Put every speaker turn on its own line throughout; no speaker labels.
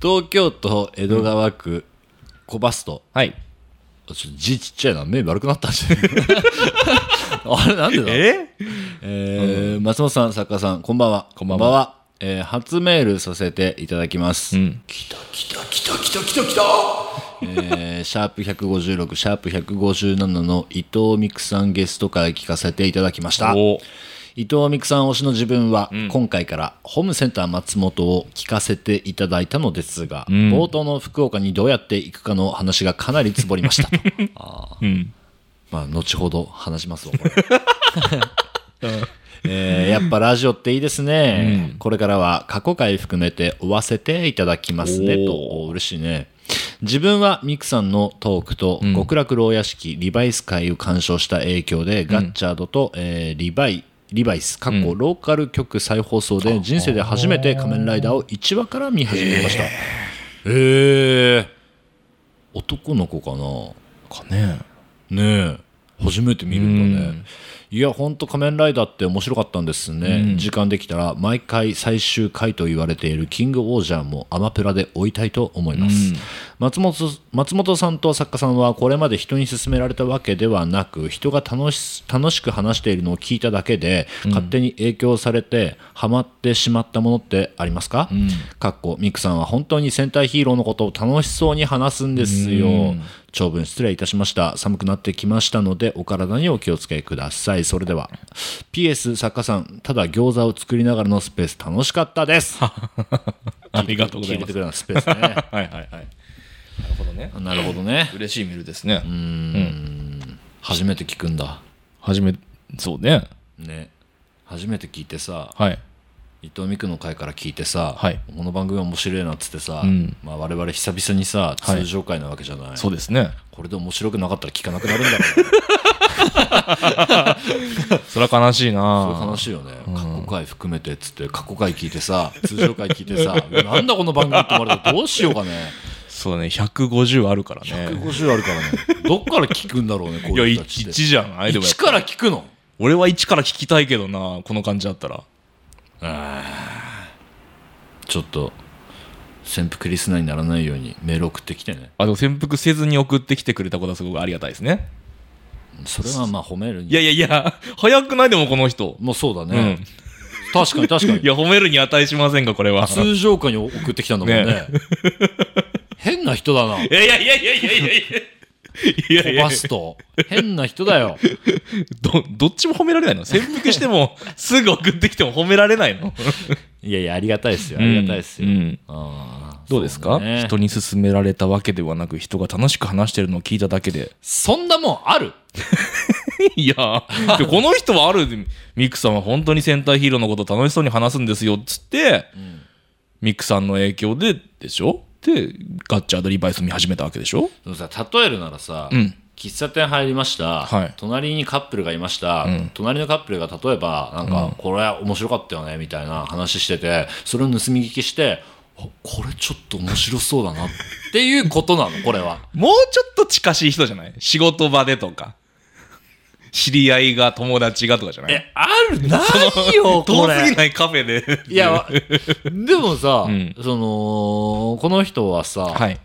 東京都江戸川区小バスト
はい。
ちょっと字ちっちゃいな目悪くなったんじゃない あれなんでだ
え
えー松本さん、作家さん、こんばんは。こんばんは。えー初メールさせていただきます。
うん。
きたきたきたきたきたきたえーシャープ156、シャープ157の伊藤美久さんゲストから聞かせていただきました。
お
伊藤美久さん推しの自分は、今回からホームセンター松本を聞かせていただいたのですが、冒頭の福岡にどうやって行くかの話がかなりつぼりましたと
うん。
まあ後ほど話しますわこれ えーやっぱラジオっていいですね、これからは過去回含めて追わせていただきますね
おー
とお嬉しいね自分はミクさんのトークと極楽牢屋敷リバイス会を鑑賞した影響で、ガッチャードと、えーリバイリバイス、かっこローカル局再放送で人生で初めて仮面ライダーを1話から見始めました。へえ。男の子かな
かね。
ねえ初めて見るんだね、いやほんと仮面ライダーって面白かったんですね、時間できたら毎回最終回と言われているキングオージャーもアマプラで追いたいと思います、松本松本さんと作家さんはこれまで人に勧められたわけではなく人が楽し楽しく話しているのを聞いただけで、勝手に影響されてハマってしまったものってありますか、かっこミクさんは本当に戦隊ヒーローのことを楽しそうに話すんですよ、長文失礼いたしました寒くなってきましたのでお体にお気をつけくださいそれでは PS 作家さんただ餃子を作りながらのスペース楽しかったです
ありがとうござ
聞
い
いて
ま
て
す。
くれたスペースね
はいはいはい。なるほどね。
なるほどね
嬉しいメールですね。
初めて聞くんだ
初め、そうね。
ね初めて聞いてさ
はい。
伊藤美久の回から聞いてさ、
はい
この番組面白いなっつってさ、
うん
まあ、我々久々にさ
はい
通常回なわけじゃない、
そうですね。
これで面白くなかったら聞かなくなるんだろ う
それは悲しいな
なそういう話よね過去回含めてっつって過去回聞いてさ 通常回聞いてさなんだこの番組って思われたらどうしようかね
そうね、150あるからね。
150あるからね どっから聞くんだろうねこ
いうや、
いう人たちっ
1
て
じゃん、アイドル。
一から聞くの
俺は1から聞きたいけどな、この感じだったら。
ちょっと潜伏リスナーにならないようにメール送ってきてね
あ、でも潜伏せずに送ってきてくれたことはすごくありがたいですね。
それはまあ褒めるに
いやいやいや、早くないでもこの人。
もうそうだ
う
ね、
ん。
確かに確かに
いや、褒めるに値しませんか、これは。
通常回に送ってきたんだもんね。
ね
変な人だな。
いやいやいやいやいやいやいやいやい
飛
や
ばすと。変な人だよ。
ど、どっちも褒められないの潜伏して も、すぐ送ってきても褒められないの
いやいや、ありがたいですよ。ありがたいですよ。
うんうん
あー
どうですか、
そね
人に勧められたわけではなく、人が楽しく話してるのを聞いただけで。
そんなもんある
いや、 でこの人はある、ミクさんは本当に戦隊ヒーローのこと楽しそうに話すんですよ、つって、ミクさんの影響で、でしょで、ガッチャードリバイス見始めたわけでしょ
でもさ、例えるならさ、
うん
喫茶店入りました、
はい
隣にカップルがいました、隣のカップルが例えば、なんか、これ面白かったよね、みたいな話してて、それを盗み聞きして、あこれちょっと面白そうだなっていうことなの、 これは。
もうちょっと近しい人じゃない仕事場でとか。知り合いが、友達がとかじゃない
え、あるないよ、 こ
遠
れ。
すぎないカフェで。
いや、わでもさ、
ん
その、この人はさ、
はい。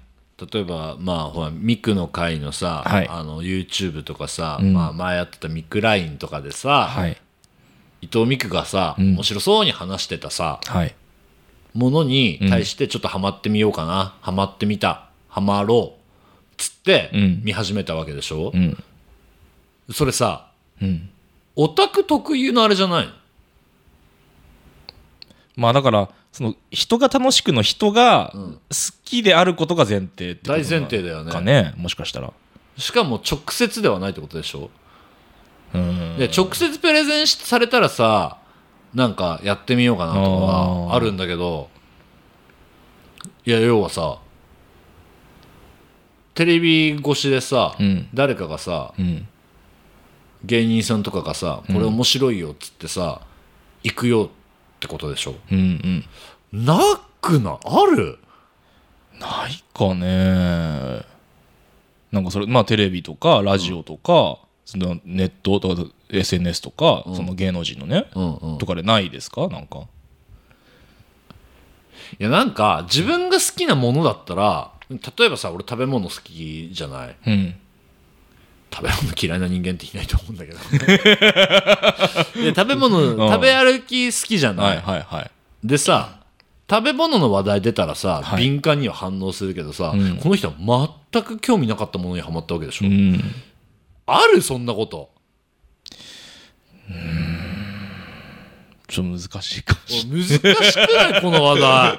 例えば、まあ、ほら、ミクの会のさ、
はい
あの、YouTube とかさ、
ん
まあ、前やってたミクラインとかでさ、
はい。
伊藤ミクがさ、
ん
面白そうに話してたさ、
はい。
ものに対してちょっとハマってみようかな、ハマってみた、ハマろう、つって
うん、
見始めたわけでしょ、
うん。
それさ、
うん。
オタク特有のあれじゃないの
まあだから、その人が楽しくの人が好きであることが前提ってことな
大前提だよね
かね、もしかしたら。
しかも直接ではないってことでしょ
うん。
で直接プレゼンしされたらさなんかやってみようかなとかは
あー
あるんだけどいや要はさテレビ越しでさ、
うん
誰かがさ
うん。
芸人さんとかがさこれ面白いよっつってさ、行くよってことでしょ
うんうん。
なくなある
ないかね。なんかそれ、まあテレビとかラジオとか、そのネットとか SNS とか、その芸能人のね、
うんうん
とかでないですかなんか。
いやなんか自分が好きなものだったら例えばさ俺食べ物好きじゃない
うん。
食べ物嫌いな人間っていないと思うんだ けどいや食べ物
ん
食べ歩き好きじゃない、
はいはいはい。
でさ食べ物の話題出たらさ、
はい
敏感には反応するけどさ、
うん
この人は全く興味なかったものにはまったわけでしょ、
うん。
あるそんなこと
ちょっと難しいかもしれ
難しくない この話題
な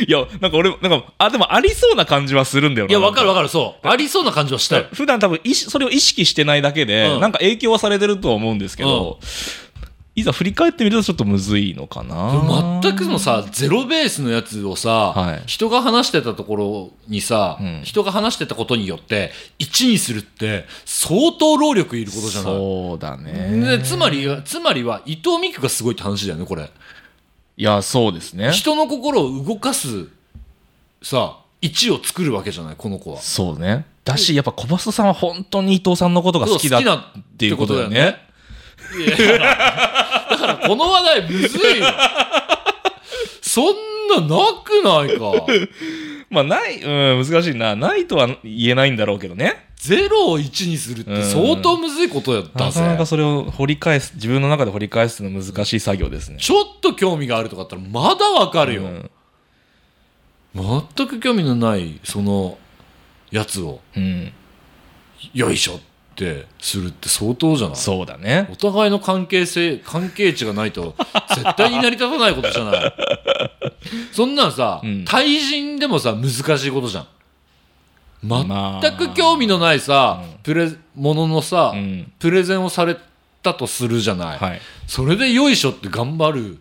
い。いや、なんか俺も、なんか、あ、でもありそうな感じはするんだよな。
いやわかるわ
か
かるそうありそうな感じはしたよ
普段多分意識それを意識してないだけで、
うん
なんか影響はされてるとは思うんですけど、いざ振り返ってみるとちょっとむずいのかな。
全くのさゼロベースのやつをさ、
はい
人が話してたところにさ、
ん
人が話してたことによって1にするって相当労力いることじゃない
そうだ
ね、
ね。
つまりつまりは伊藤美久がすごいって話だよねこれ
いや、そうですね。
人の心を動かすさ1を作るわけじゃないこの子は
そうね。だし、やっぱ小林さんは本当に伊藤さんのことが好きだっていうことだよ
い
ね。
やだからだからこの話題むずいよそんななくないか
まあ、ない、うん、難しいな。ないとは言えないんだろうけどね。
ゼロを1にするって相当むずいことやった
な
ぜ、
かなかそれを掘り返す、自分の中で掘り返すの難しい作業ですね。
ちょっと興味があるとかだったらまだわかるよ、
うん
全く興味のないそのやつを
うん。
よいしょってするって相当じゃない
そうだね。
お互いの関係性関係値がないと絶対に成り立たないことじゃないそんなんさ、
うん
対人でもさ難しいことじゃん
まあ
全く興味のないさ、プレもののさ、
うん。
プレゼンをされたとするじゃない、
はい。
それでよいしょって頑張る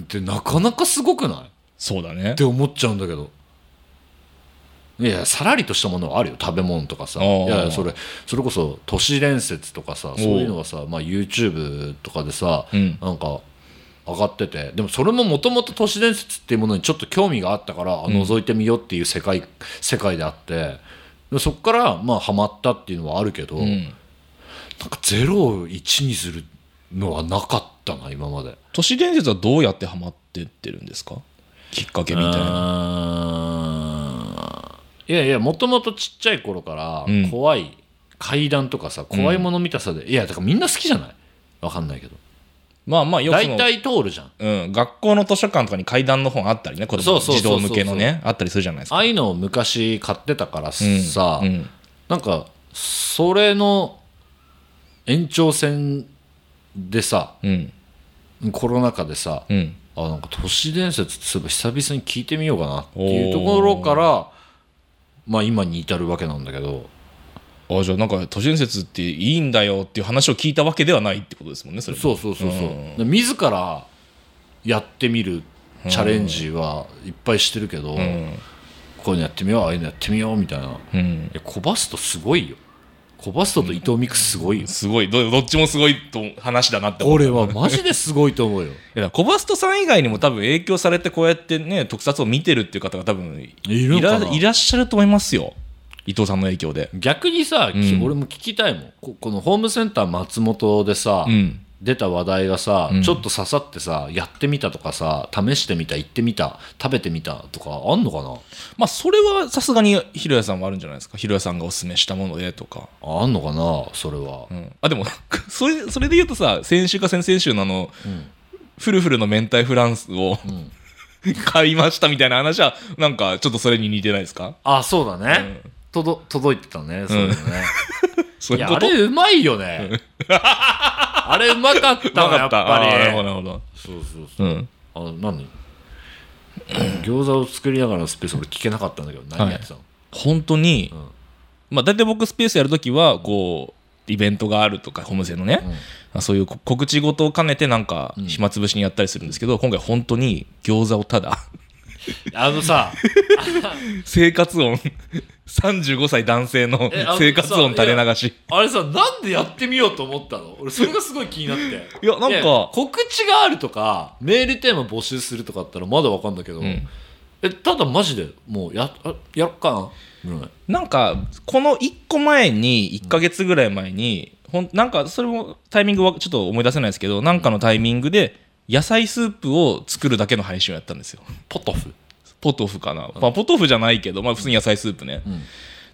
ってなかなかすごくないっ
そうだね
て。思っちゃうんだけどいやさらりとしたものはあるよ食べ物とかさ
あー
いやいやそれそれこそ都市伝説とかさそういうのがさ、まあ、YouTube とかでさ、
うん
なんか上がっててでもそれももともと都市伝説っていうものにちょっと興味があったから、あ覗いてみようっていう世界世界であってでそっからまあハマったっていうのはあるけど、
うん。
なんかゼロを1にするのはなかったな今まで
都市伝説はどうやってハマってってるんですかきっかけみたいな。
あーいやいやもともとちっちゃい頃から
うん
怖い、階段とかさ怖いもの見たさで、いやだからみんな好きじゃないわかんないけど
まあまあ、よくそ
大
の
体通るじゃん
うん、学校の図書館とかに階段の本あったりね、子
そ
供
うそうそう
児
そう
童向けのね、あったりするじゃないです
あ
か。
あいうのを昔買ってたからさ、
うんうん
なんかそれの延長線でさ
うん
コロナ禍でさ、
うん
あなんか都市伝説ってそういえば久々に聞いてみようかなっていうところからまあ今に至るわけなんだけど
あじゃあなんか都市伝説っていいんだよっていう話を聞いたわけではないってことですもんねそれも
そうそうそうそう、
ん
で自らやってみるチャレンジはいっぱいしてるけど、
うん
こういうのやってみようああいうのやってみようみたいない
うん
やコバストすごいよコバストと伊藤美久すごいよ、
すごいどどっちもすごいと話だなって思う
これはマジですごいと思うよ
いやだからコバストさん以外にも多分影響されてこうやってね特撮を見てるっていう方が多分い
いるのからない
らっしゃると思いますよ伊藤さんの影響で
逆にさ、き
うん
俺も聞きたいもんここのホームセンター松本でさ、
うん
出た話題がさ、
うん
ちょっと刺さってさやってみたとかさ試してみた行ってみた食べてみたとかあんのかな
まあそれはさすがにひろやさんはあるんじゃないですかひろやさんがおすすめしたものでとか
ああんのかなそれは、
うんあでもそれそれで言うとさ先週か先々週のあの、フルフルの明太フランスを、買いましたみたいな話はなんかちょっとそれに似てないですか
あそうだね、
う
とど届いてたねそうだね、
そう
い
いう
や
こ
あ
と
れうまいよね あれうまかった
な
わ
か
やっ
った
ぱ
あーなるほど
り
なるほど
そうそうそう
うん
あの何 餃子を作りながらのスペース俺聞けなかったんだけど何やってたの、
本当に、
ん
まあ大体僕スペースやるときはこうイベントがあるとかホームセンのね、あそういうこ告知事を兼ねてなんか暇つぶしにやったりするんですけど、今回本当に餃子をただ
あのさ
生活音35歳男性の
えあの
生活音垂れ流し
あれさ、なんでやってみようと思ったの俺、それがすごい気になって。
いやなんか
告知があるとか、メールテーマ募集するとかあったらまだわかんだけど、
ん
え、ただマジで、もうや、あやろっかな ぐらい。
なんかこの1個前に1ヶ月ぐらい前にほんなんかそれもタイミングはちょっと思い出せないですけどなんかのタイミングで野菜スープを作るだけの配信をやったんですよ
ポトフ
ポトフかな、まあ、ポトフじゃないけど、まあ、普通に野菜スープね、
ん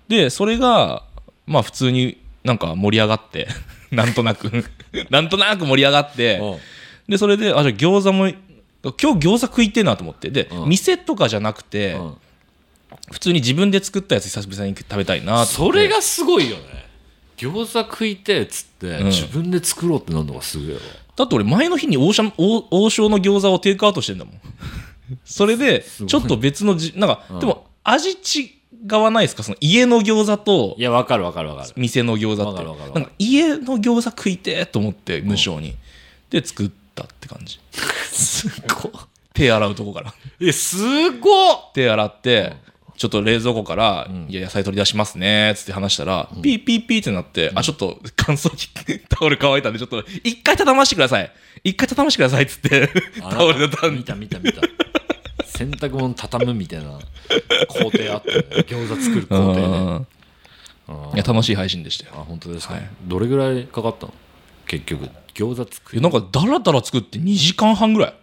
でそれがまあ普通になんか盛り上がって なんとなく なんとなく盛り上がって、でそれであじゃあ餃子も今日餃子食いてえなと思ってで、
うん
店とかじゃなくて、
うん
普通に自分で作ったやつ久しぶりに食べたいなと思
そ
って
れがすごいよね餃子食いてえっつって、
ん
自分で作ろうってなるのがすげえわ
だって俺前の日に王将王王将の餃子をテイクアウトしてんだも んそれで
ごい
ちょっと別のじなんか、
うん
でも味違わないですかその家の餃子と
いやわかるわかるわかる
店の餃子
わ
っ
か
て
るわかるわかる
なんか家の餃子食いてえと思って無性に、で作ったって感じ
すごっ
手洗うとこから
えすごっ
手洗って、ちょっと冷蔵庫から、
ん
いや、野菜取り出しますね、つって話したら、ピーピーピーってなって、あ、ちょっと乾燥機、タオル乾いたんで、ちょっと、一回畳ましてください。一回畳ましてください、っつって、タオル畳ん
見
で、
た見た見た洗濯物畳むみたいな工程あったよね餃子作る工
う
程ね
ん
あ
いや、楽しい配信でしたよ。
あ本当ですか、
はい
どれぐらいかかったの結局餃子作
いや
る
なんか、だらだら作って2時間半ぐらい、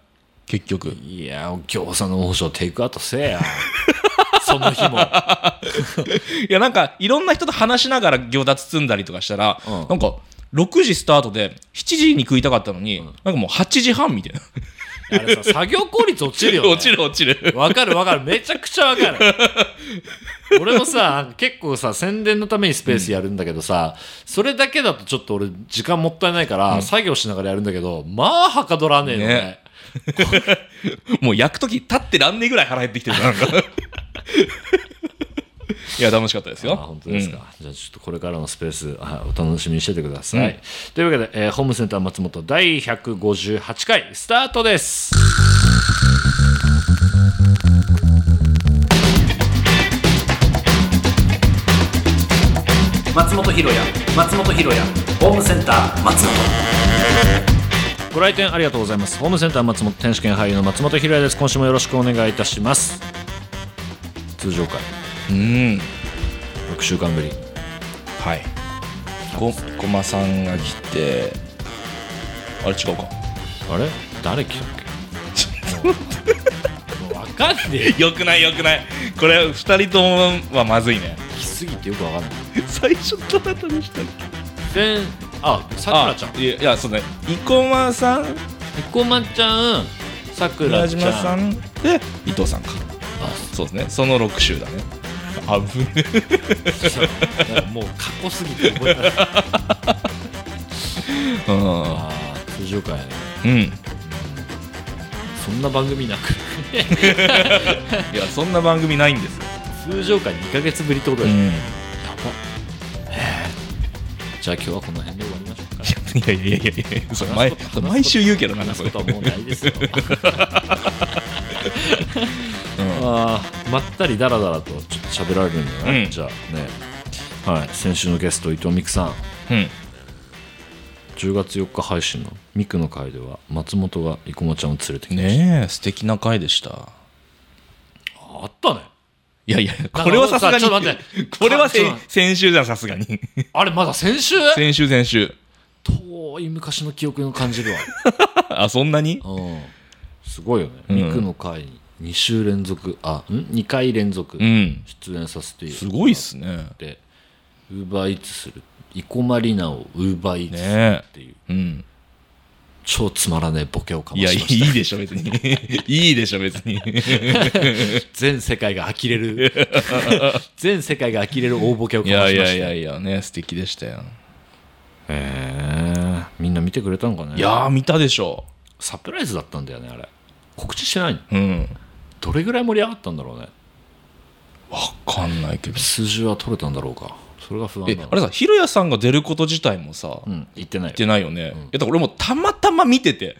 結局。
いや餃子の王将テイクアウトせえやその日も
いや、なんか、いろんな人と話しながら餃子包んだりとかしたら、
うん
なんか、6時スタートで、7時に食いたかったのに、なんかもう8時半みたいな。
あれさ作業効率落ちるよ、ね、
落ちる落ちる。
わかるわかるめちゃくちゃわかる俺もさ結構さ宣伝のためにスペースやるんだけどさ、それだけだとちょっと俺時間もったいないから、作業しながらやるんだけどまあはかどらねえのね
ねもう焼く時立ってらんねえぐらい腹減ってきてるなん かいや楽しかったですよ
あ本当ですか、じゃあちょっとこれからのスペースあお楽しみにしててください、というわけで、えーホームセンター松本第158回スタートです
松本ひろや松本ひろやホームセンター松本
ご来店ありがとうございますホームセンター松本天使兼俳優の松本ひろやです今週もよろしくお願いいたします通常回
うん
6週間ぶり
はいごごまさんが来てあれ違うか
あれ誰来たっ けもうもう分かんねえ
よくないよくないこれ2人ともはまずいね
来すぎてよく分かんない
最初どなたでしたっけ
であさくらちゃん
いやいやそうね生駒さん
こまちゃんさく
村
らち
島
ゃ
さ
ん
んで伊藤さんかそうですねその6週だねあぶね
あもう過去すぎて覚えてない
う
あー通常回ね
ん、うん、い
そんな番組なく
やそんな番組ないんですよ、
通常回2ヶ月ぶりってこと
う
でしょ、や
ん
ばじゃあ今日はこの辺で終わりましょうか
いやいやいやいやいやそれ毎毎週言うけどな
話す
それ
ことはもうないですよ、 あーまったりだらだらとちょっと喋られるんだな、
うん
じゃあねはい先週のゲスト伊藤美久さん
うん
10月4日配信の「ミクの会」では松本が生駒ちゃんを連れてきて、
ねえ素敵な回でした
あったね
いやいやこれはさすがに
ちょっと待って
これはせ
ちょっと待
先週じゃんさすがに
あれまだ先週
先週先週
遠い昔の記憶を感じるわ、
あそんなに
うん、すごいよね、
ん
ミクの会に2週連続あん2回連続
うん
出演させて
すごいっ
っ
すね
てウーバーイーツする生駒里奈をウーバーイーツする
ね
っていう、
えうん
超つまらねえボケをかま
いやい
しました
いでしょ別に いいでしょ別に
全世界が呆れ る全世界が呆れる大ボケをか
い
ましま
や
した
いやいやいやね素敵でしたよ
へえみんな見てくれたのかね
いやー見たでしょ
サプライズだったんだよねあれ告知してないの
うん
どれぐらい盛り上がったんだろうね
わかんないけど
数字は取れたんだろうかそれが不安
え
だな
あれさひろやさんが出ること自体もさ
うん言ってない
言ってないよね、いやだから俺もたまたま見てて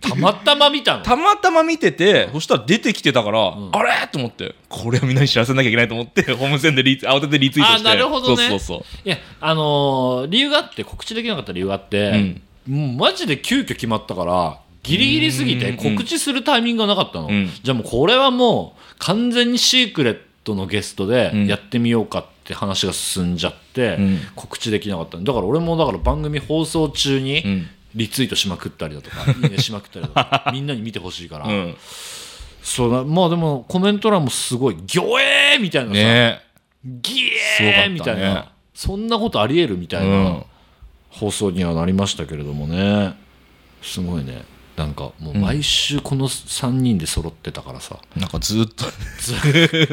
たまたま見たの
たまたま見ててそしたら出てきてたから、あれと思ってこれはみんなに知らせなきゃいけないと思って ホームセンでリツ慌ててリツイートして
あなるほどね
そうそうそ
いやあのー理由があって告知できなかった理由があって、もうマジで急遽決まったからギリギリすぎて告知するタイミングがなかったの、
うん
じゃあもうこれはもう完全にシークレットのゲストで
ん
やってみようかって話が進んじゃって、
うん
告知できなかったのだから俺もだから番組放送中に、
う、うん、
リツイートしまくったりだと か、いいねしまくったりだとか、みんなに見てほしいから、
うん。
そうだ、まあでもコメント欄もすごい、ギョエーみたいなさ、
ね
ギ
すご
エ
かった
ー
ね
みたいな、そんなことありえるみた
う
いな、
ん。
放送にはなりましたけれどもねすごいねなんかもう毎週この3人で揃ってたからさ、
なんかずっ と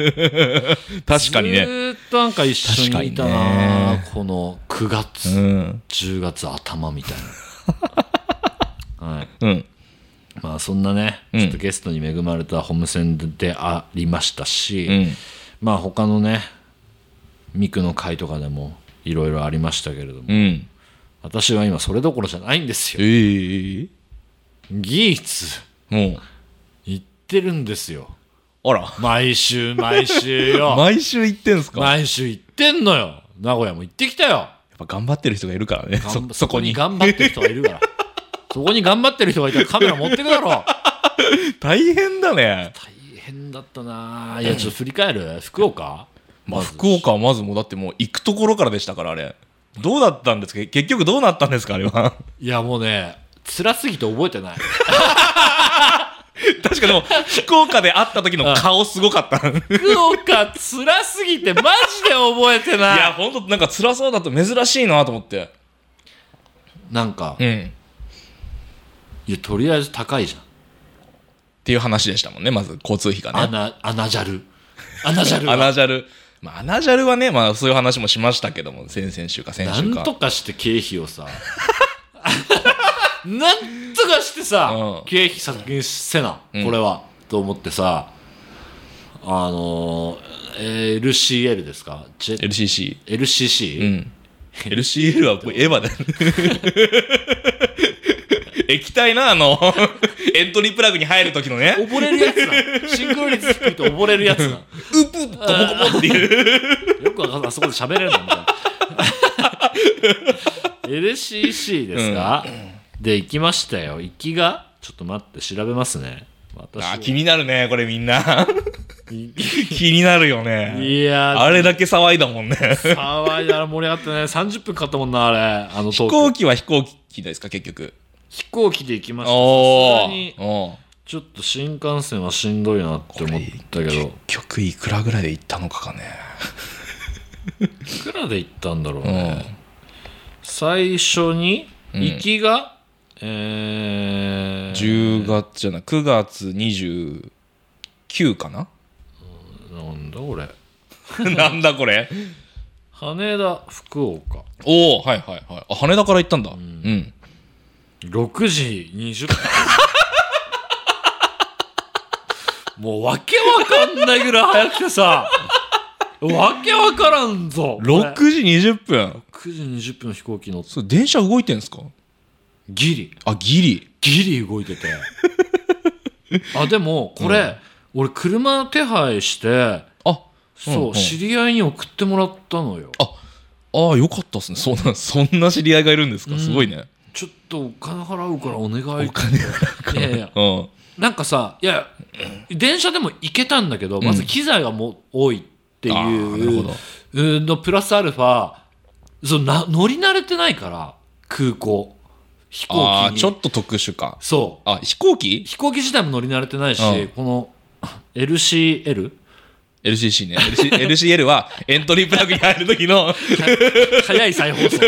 ず
確かにね。
ーっとなんか一緒にいたな、
確かにね
この9月、
うん。
10月頭みたいなはい
うん。
まあそんなね
うん
ちょっとゲストに恵まれたホームセンでありましたし、
うん。
まあ他のねミクの会とかでもいろいろありましたけれども、
うん。
私は今それどころじゃないんですよ
ええ。
ギーツ
も
行ってるんですよ
う。あら。
毎週毎週 よ
毎週行ってんすかやっ
毎週行ってんのよ名古屋も行ってきたよ
ぱ頑張ってる人がいるからね。そ
がん
そこに。
頑張ってる人がいる からそこに頑張ってる人がいたらカメラ持ってくだろ
大変だね。
大変だったなあいやちょっと振り返る福岡
まあ、福岡はまずもうだってもう行くところからでしたからあれどうだったんですか結局どうなったんですかあれは
いやもうね辛すぎて覚えてない
確かでも福岡で会った時の顔すごかったい
福岡辛すぎてマジで覚えてない
や本当なんか辛そうだと珍しいなと思って
なんか
うん
いやとりあえず高いじゃん
っていう話でしたもんねまず交通費が
ア
ね
ナアナジャルアナジャル
ア
は
ナジャルまあアナジャルはねまあそういう話もしましたけども先々週か先
な
週
ん
か
とかして経費をさ なんとかしてさ、
うん
経費削減せな、
うん
これはと思ってさあのー、LCL ですかジェ
LCC
LCC、
うん LCL はエヴァだ 液体なあの エントリープラグに入る時のね
溺れるやつなシンクロ率低いと溺れるやつな
うぷっとボコボコっていう。
よくわかんないあそこで喋れる のみたいな LCC ですか、で行きましたよ行きがちょっと待って調べますね私は
あ、気になるね、これみんな。 気になるよね。
いやー
あれだけ騒いだもんね。
騒いだら盛り上がったね30分かかったもんなあれあの飛
飛行機は飛行機ですか、結局。
飛行機で行きましたさす
お
がに
お。
ちょっと新幹線はしんどいなって思ったけどい
結局いくらぐらいで行ったのかかね。
くらで行ったんだろう
う
ね、
ん。
最初に
うん
行きが、えー、
10月じゃない、9月29か な
なんだこれ
なんだこれ。
羽田福岡
おお、はいはいはい。あ、羽田から行ったんだ。うん。
6時20分 もうわけわかんないぐらい早くてさわけわからんぞこれ
6時20分。
9時20分の飛行機乗って
そう、電車動いてんすか
ギリ
あ、ギリ。
ギリ動いてて あでもこれ、俺車手配して
あ、
そう、
うんうん
知り合いに送ってもらったのよ
あああ、よかったっすね。そうなんそんな知り合いがいるんですか、
うん
すごいね。
ちょっとお金払うからお願い
お金
いやいや
うん。
なんかさいや電車でも行けたんだけど、まず機材がもう多いってい
あーなるほ
う
ど
うんのプラスアルファそうな乗り慣れてないから空港飛行
あ
機
あ、
に
ちょっと特殊か。
そう
あ、飛行機
飛行機自体も乗り慣れてないし、
うん
この LCL?
?LCC ね。LC LCL はエントリープラグに入る時の、
早い再放 送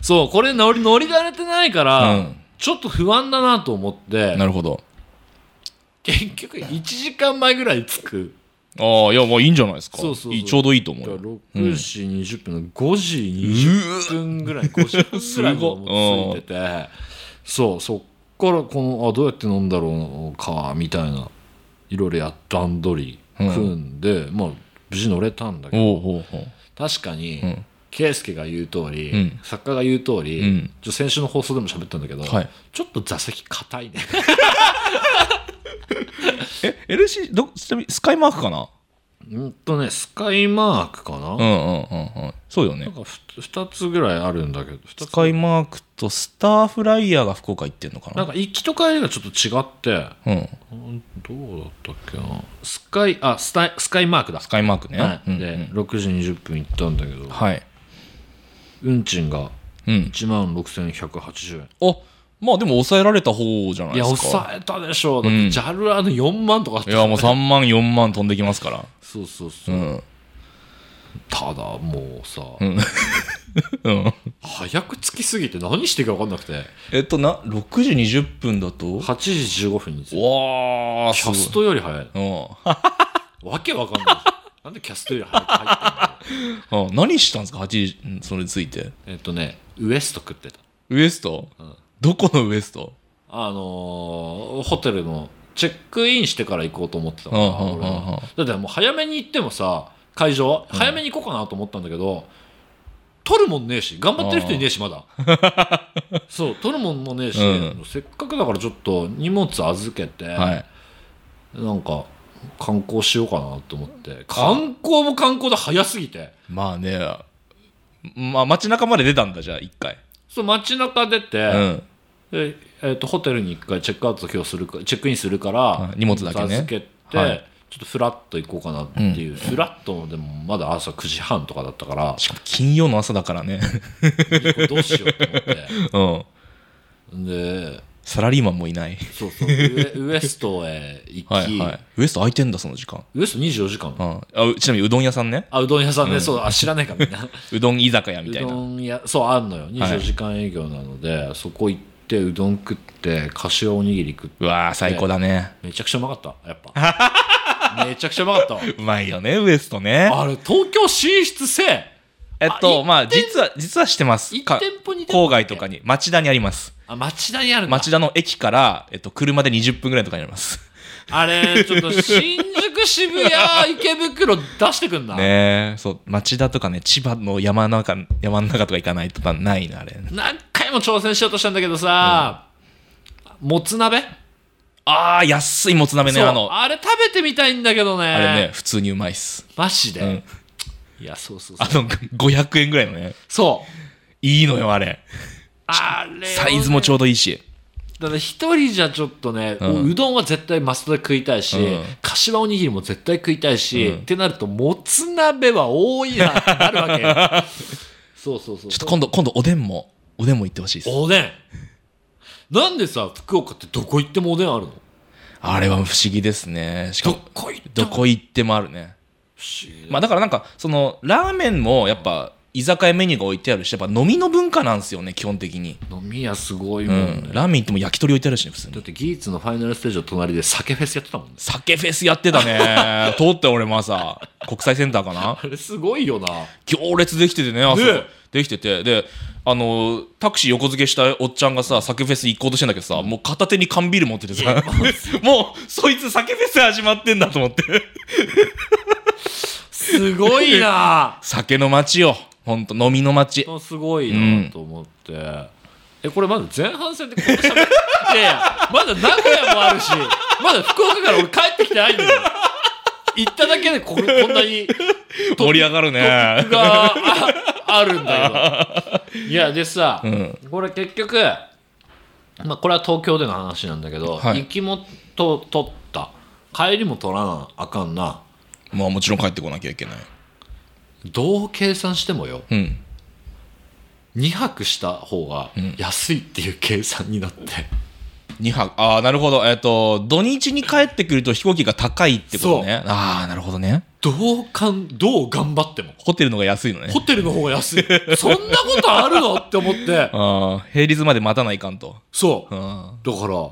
そうこれ乗り乗り慣れてないから、
うん
ちょっと不安だなと思って
なるほど。
結局1時間前ぐらいに着く
ああ、いや、まあいいんじゃないですか。
そうそうそう
いいちょうどいいと思うよ。
6時20分の5時20分ぐらい5時分ぐらいのもう着いててそうそっからこのあどうやって飲んだろうかみたいないろいろや段取り組んで、まあ無事乗れたんだけど
おうおうおう。
確かに、
ん
圭介が言う通り、
うん
作家が言う通り、
うん
ちょ先週の放送でも喋ったんだけど、
はい
ちょっと座席硬いね
え、LC、ど、ちなみにスカイマークかな
うんとねスカイマークかな,、
う
な
んうんうんうん。そうよね
ん。かふ2つぐらいあるんだけど二
ス
つ
カイマークとスターフライヤーが福岡行ってんのか
な
なん
か行きと帰りがちょっと違って
うん。
うんどうだったっけなスカイあスタイスカイマークだ
スカイマークね。
はい
うんうん
で6時20分行ったんだけど、
はい。
運賃が
うん。
1万6180円
あ、まあでも抑えられた方じゃない
い
で
や
すか。
抑えたでしょだっ
う
て
ん
JAL あの4万とかあった
いやもう3万、4万飛んできますから。
そうそうそうう、
ん。
ただもうさ、
うん。
早く着きすぎて何していいか分かんなくて
えっとな、6時20分だと
8時15分に着いた
わあ、
キ
す
ャ
ごい
ストより早い
うん。
わけ分かんない でしょなんでキャストより早く入ってんの
あ何したん ですか ?8 時、うんそれついて。
えっとねウエスト食ってた
ウエスト、どこのウエスト
あのーホテルのチェックインしてから行こうと思ってたから、
うんうんうんうん
俺はだってもう早めに行ってもさ会場早めに行こうかなと思ったんだけど、取るもんねえし頑張ってる人いねえしまだそう取るもんもねえし、
う
せっかくだからちょっと荷物預けて、
はい。
なんか観光しようかなと思って観光も観光で早すぎて
まあね、まあ街中まで出たんだ、じゃあ、一回。
そう街中出て、
うん。
でえー、とホテルに1回チェックアウト今日するかチェックインするから、
い荷物だけね
預けて、
はい
ちょっとフラッと行こうかなっていう、フラッともでもまだ朝9時半とかだったから
しかも金曜の朝だからね。
どうしようと思って
うん。
で
サラリーマンもいない。
そうそうウエウエストへ行き、
はいはい。ウエスト空いてんだ、その時間。
ウエスト24時間
うん。あうちなみにうどん屋さんね。
あうどん屋さんね、そうあ知らないかみんな
うどん居酒屋み
う
たい
ど
な。
ん屋そうあんのよ
は
24
い
時間営業なので、そこ行ってうどん食ってかしわおにぎり食って
うわー、最高だね。
めちゃくちゃうまかったやっ ぱめちゃくちゃうまかったわ
うまいよね、ウエストね。
あれ、東京進出せえ
えっ
あ一
と、まあ、実は、実はしてます。
一
か
店舗に
郊外とかに、町田にあります。
あ、町田にあるんだ
町田の駅から、えっと、車で20分ぐらいのとかにあります。
あれ、ちょっと新宿、渋谷、池袋出してくんな。
ねえ、そう、町田とかね、千葉の山の中、山の中とか行かないとかないの、あれ。
何回も挑戦しようとしたんだけどさ、もつ鍋
あー、安いもつ鍋ね、
そう
あの、あ
あれ食べてみたいんだけどね。
れね、普通にうまいっす。
マジで、
うん
いや、そうそうそ
あ
う。
の、500円ぐらいのね、
そう。
いいのよ、あれ。
あれ、
サイズもちょうどいいし。
だから一人じゃちょっとね、う
うん
どんは絶対マストで食いたいし、
うん
かしわおにぎりも絶対食いたいし、
うん
ってなるともつ鍋は多いなってなるわけ よそうそうそう
ちょっと今度、今度おでんも、おでんも行ってほしいっす。
おでんなんでさ福岡ってどこ行ってもおでんあるの
あれは不思議ですね。しか
ど
も、
こ行って
ど
も
こ行ってもあるね。
不思議だ
まあだからなんか、その、ラーメンもやっぱ、居酒屋メニューが置いてあるし、やっぱ飲みの文化なんですよね、基本的に。
飲み屋すごいうもんね、
ん。ラーメン行っても焼き鳥置いてあるしね、普通に
だっ。てギーツのファイナルステージの隣で酒フェスやってたもんね
酒フェスやってた ね。通ったよ俺も朝。国際センターかな
あれすごいよ な
行列できててね、朝。
ねえ
できてて。で、あの、タクシー横付けしたおっちゃんがさ、酒フェス行こうとしてんだけどさ、もう片手に缶ビール持っててさ、 もう、そいつ酒フェス始まってんだと思って。
すごい な
酒の街よ。ほんと、飲みの街。
すごいなと思って、えこれまだ前半戦でこんな喋っていやい やまだ名古屋もあるしまだ福岡から俺帰ってきてないんだよ行っただけでここんなに
盛り上がるね。
がああるんだけどいやでさ、
ん
これ結局、まあ、これは東京での話なんだけど、
はい
行きもと取った帰りも取らなあかんな
まあもちろん帰ってこなきゃいけない。
どう計算してもよ
うん。
2泊した方が安いっていう計算になって、
2泊。ああ、なるほど。えっ、と、土日に帰ってくると飛行機が高いってことね。ああ、なるほどね。
どうかんどう頑張っても
ホテルの方が安いのね。
ホテルの方が安いそんなことあるのって思って
ああ、平日まで待たないかんと。
そう
う
だ
ん。
から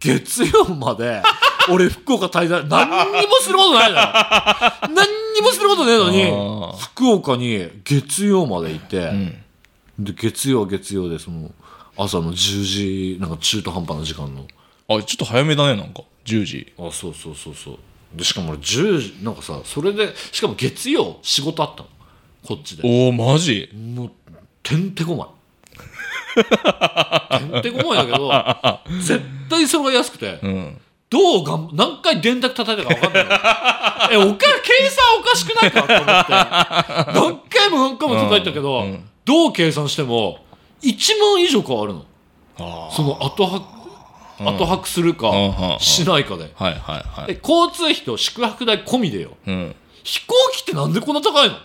月曜まで俺福岡滞在何にもすることないのよ何にもすることねえの
あー
に福岡に月曜までいて、
ん
で月曜は月曜でその朝の10時なんか中途半端な時間の
あ、ちょっと早めだね、なんか。10時。
あそうそうそうそうでしかも俺10時なんかさそれでしかも月曜仕事あったのこっちで
おお、マジ
もうてんてこまいてんてこまいだけど絶対それが安くて、
うん。
どうがん何回電卓叩いたか分かんないえおか計算おかしくないかと思って何回も何回も叩いたけど、
うんうん
どう計算しても1万以上変わるの
あ
その後泊後泊するか、
うんうんうん
しないかで、
あ。はいはいはい。
え交通費と宿泊代込みでよ
うん。
飛行機ってなんでこんな高いの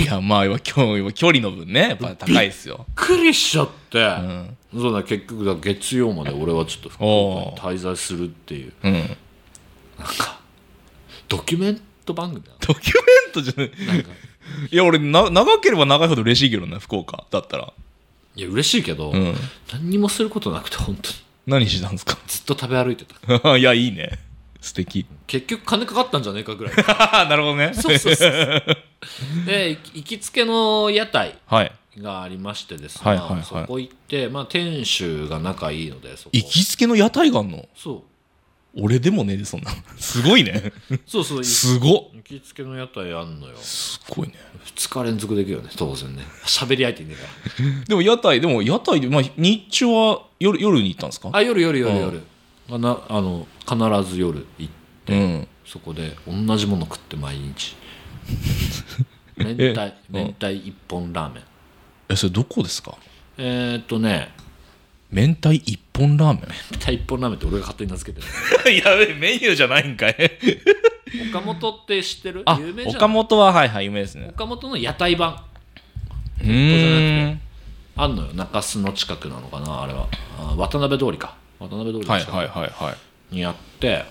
いや、まあ、今、今日、距離の分ね、やっぱ高いですよ。
びっくりしちゃって、そうだ結局だ月曜まで俺はちょっと福岡に滞在するっていう
うん。
ドキュメント番組だな
ドキュメントじゃない。いや、俺な、長ければ長いほど嬉しいけどね、福岡だったら。
いや嬉しいけど、
ん
何にもすることなくて本当に
何してたんですか
ずっと食べ歩いてた
いや、いいね。素敵。
結局金かかったんじゃねえかぐらい
なるほどね。
そうそうそうで行き行きつけの屋台
はい。
がありましてですね、
はいはいはい
そこ行って、まあ、店主が仲いいのでそこ
行きつけの屋台があんの
そ
俺でもねえそんな。すごいね。
うそうそう
すご。
行きつけの屋台あんのよ
すごいね。
2日連続できるよね当然ね喋り相手いねえから
でも屋台、でも屋台で、まあ、日中は夜、夜に行ったんですか
あ夜夜夜
うん
夜、あなあの必ず夜行って
うん。
そこで同じもの食って毎 日明
え
太
う
明
ん
太一本ラーメン
え、それどこですか
えー、っとね
明太一本ラーメ
明太一本ラーメンって俺が勝手に名付けてる
ン やべえ、メニューじゃないんかい。
岡本って知ってる
あ
有名、じゃん
岡
岡本
本は、はいはい、有名ですね。
の屋台版
うーん。
あんのよ中洲の近くなのかなあれはあ渡辺通りか渡辺通りの
はい
近く
はいはいはい。
にあって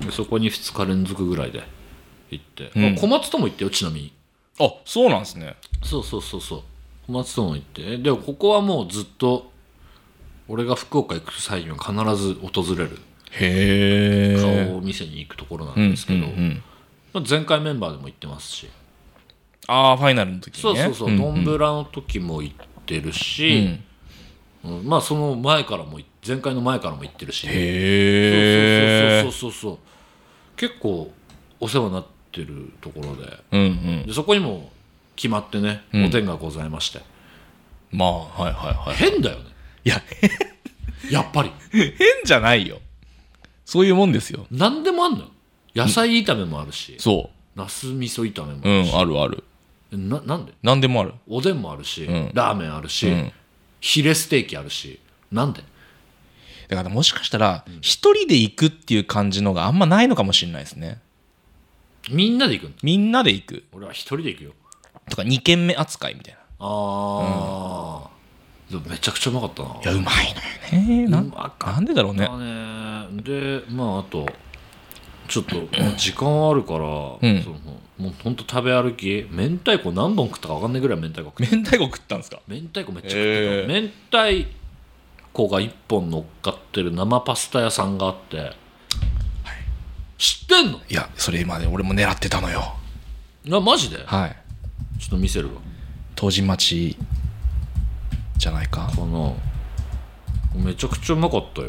でそこに2日連続ぐらいで行って、
うん
あ小松とも行ってよちなみに
あ、そうなんですね。
そうそうそうそう小松とも行ってえでもここはもうずっと俺が福岡行く際には必ず訪れる
へえ。
顔を見せに行くところなんですけど、
うんうんうん
まあ、前回メンバーでも行ってますし、
ああ、ファイナルの時ね。
そうそうそう
うん
ドンブラの時も行ってるし、うんまあその前からも前回の前からも行ってるし
へえ。
そうそうそうそうそうそう結構お世話になってるところで
うんうん。
でそこにも決まってね、
うん
お天がございまして
まあ、はいはいはい。
変だよね
いや、
やっぱり
変じゃないよ。そういうもんですよ。
何でもあんのよ野菜炒めもあるし、
そ
ナス味噌炒めも
う。
あ
う
る
ん、あるある。
し、ななんで
何でもある。
おでんもあるし、
ん
ラーメンあるし、
うん
ヒレステーキあるしなんで
だからもしかしたら、一人で行くっていう感じのがあんまないのかもしれないですね。
みんなで行くの
みんなで行く。
俺は一人で行くよ
とか、二軒目扱いみたいな。
あー、でもめちゃくちゃうまかったない
や、うまいのよね。な
うまかった
んなんでだろうね。
だねでまああとちょっとまあ時間あるから、
ん
そのもうほんと食べ歩き明太子何本食ったか分かんないぐらい明太子食っ
明
た
太子食ったんですか
明太子めっちゃ食ってた、
へー
明太子が1本乗っかってる生パスタ屋さんがあって、知ってんの
いや、それ今ね、俺も狙ってたのよ。
なマジでちょ
はい。
っと見せるわ
当時町じゃないか。
このめちゃくちゃうまかったよ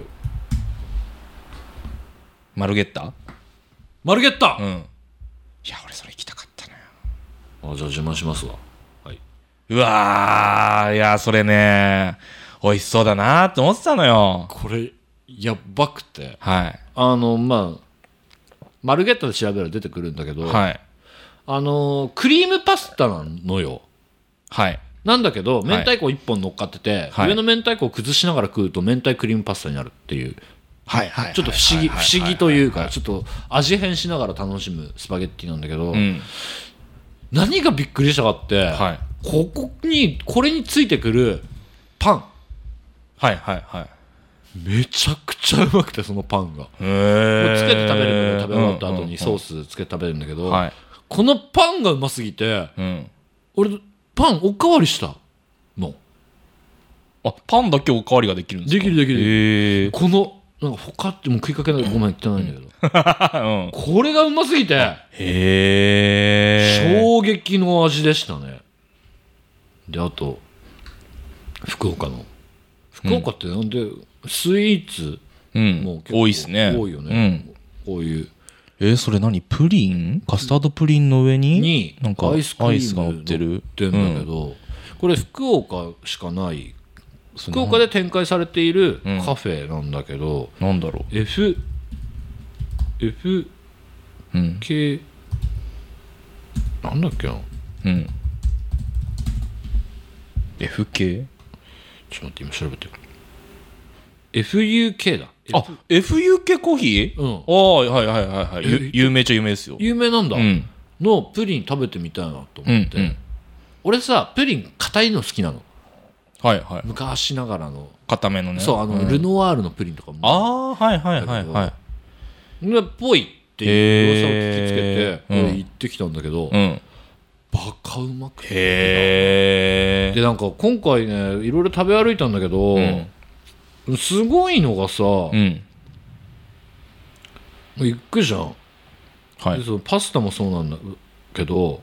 マルゲッタ
マルゲッタ、
うん。いや、俺それ行きたかったのよ。
あじゃあ自慢しますわはいう
わー、いや、それね、美味しそうだなーって思ってたのよ。
これやばくて
はい。
あのまあマルゲッタで調べれば出てくるんだけど、
はい。
あのクリームパスタなのよ
はい。
なんだけど
い
明太子1本乗っかってて、
はい
上の明太子を崩しながら食うと明太クリームパスタになるっていう
はいはい
ちょっと不思議不思議というかちょっと味変しながら楽しむスパゲッティなんだけど、
うん。
何がびっくりしたかって、
はい。
ここにこれについてくるパン
はいはいはい。
めちゃくちゃうまくてそのパンが、
へー
つけて食べるのよ食べ終わった後にソー
ス。
スつけて食べるんだけど、
はい。
このパンがうますぎて
うん。
俺パンおかわりしたの
あ、パンだけおかわりができるんですか
できるできる
へー。
このなんか他ってもう食いかけないごめん言ってないんだけど、
うん。
これがうますぎて
へー。
衝撃の味でしたねであと福岡の福岡ってなんでスイーツ
うん
もう結構
多いっすね。
多いよね
うん。
こういう
えー、それ何プリンカスタードプリンの上に
に
なんか
ア
ア
イ
イ
ス
ス
クリーム
が乗ってる
ってんだけど、これ福岡しかない
それ
福
な
岡で展開されている
うん
カフェなんだけど、
なんだろ
F F
ううん
K なんだっけな
うん FK?
ちょっと待って今調べて FUK だ
あ FUK コーヒー、
うん
ああはいはいはいはいゆ有名っちゃ有名ですよ
有名なんだ、
うん
のプリン食べてみたいなと
う
思っ
ん
て、
うん
俺さプリン硬いの好きなの
はいはい
昔ながらの
固めのね
そうあの、
ん
ルノワールのプリンとかも
ああーはいはいはいはい
っぽいっていう噂を聞きつけて
へ、ーうん
俺行ってきたんだけど、
うん
バカうまくて
へ
でなんか今回ねいろいろ食べ歩いたんだけど、
え
すごいのがさ、
うん、うん、
行くじゃん、
は
で
い
そのパスタもそうなんだけど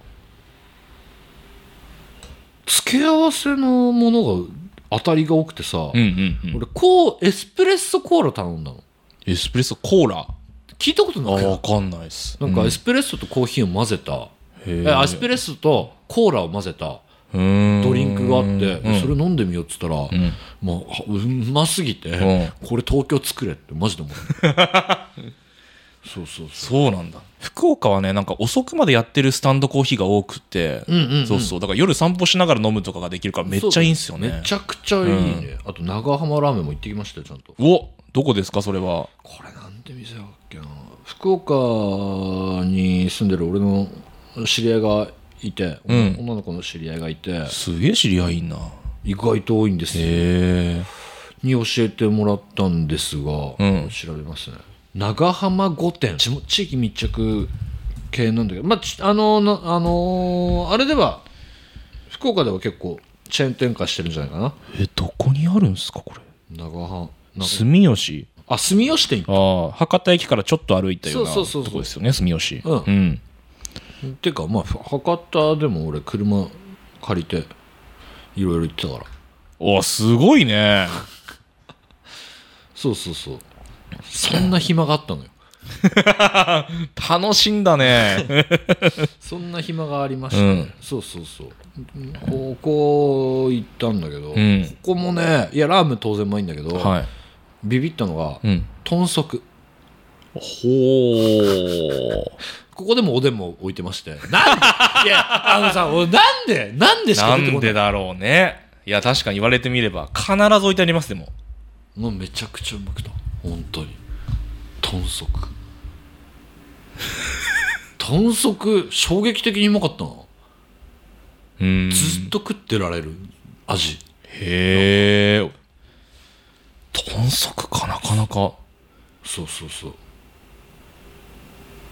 付け合わせのものが当たりが多くてさ、
うんうんうん
俺こうエスプレッソコーラ頼んだの
エスプレッソコーラ
聞いたこと
あ
ない
わかんないっす
なんかエスプレッソとコーヒーを混ぜた、
へ
えエスプレッソとコーラを混ぜたド
ド
リンクがあって、
うん
それ飲んでみようっつったら、
ん
もううますぎて、
う
これ東京作れってマジで 思うそうそうそ
そうなんだ福岡はねなんか遅くまでやってるスタンドコーヒーが多くて、
う、うんうんうん
そうそうだから夜散歩しながら飲むとかができるからめっちゃいいんすよね
めちゃくちゃいいね、あと長浜ラーメンも行ってきましたよちゃんと
おどこですかそれは
これなんて店だっけな福岡に住んでる俺の知り合いがいて、
うん
女の子の知り合いがいて
すげえ知り合いいんな
意外と多いんですよ
へえ
に教えてもらったんですが、
うん
調べますね長浜御殿地地域密着系なんだけどまあちあのなあのーあれでは福岡では結構チェーン展開してるんじゃないかな
えどこにあるんすかこれ
長浜な
住吉
あ住吉店行っ
ああ博多駅からちょっと歩いたような
そうそうそうそう
とこですよね住吉
うん
うん、
てかまあ博多でも俺車借りていろいろ行ってたから
おすごいね
そうそうそうそんな暇があったのよ
楽しんだね
そんな暇がありました、
うん
そうそうそうここ行ったんだけど、
うん
ここもねいやラーメン当然うまいんだけど、
は
ビビったのが、
い、うん、
豚足
ほう
ここでもおでん も置いてましてなんでいやあのさ俺なんでなんでしか
な
出てこない
んでだろうねいや確かに言われてみれば必ず置いてありますでも
もうめちゃくちゃうまくた本当に豚足 豚足衝撃的にうまかったな
うん
ずっと食ってられる味
へえ豚足かなかなか
そうそうそう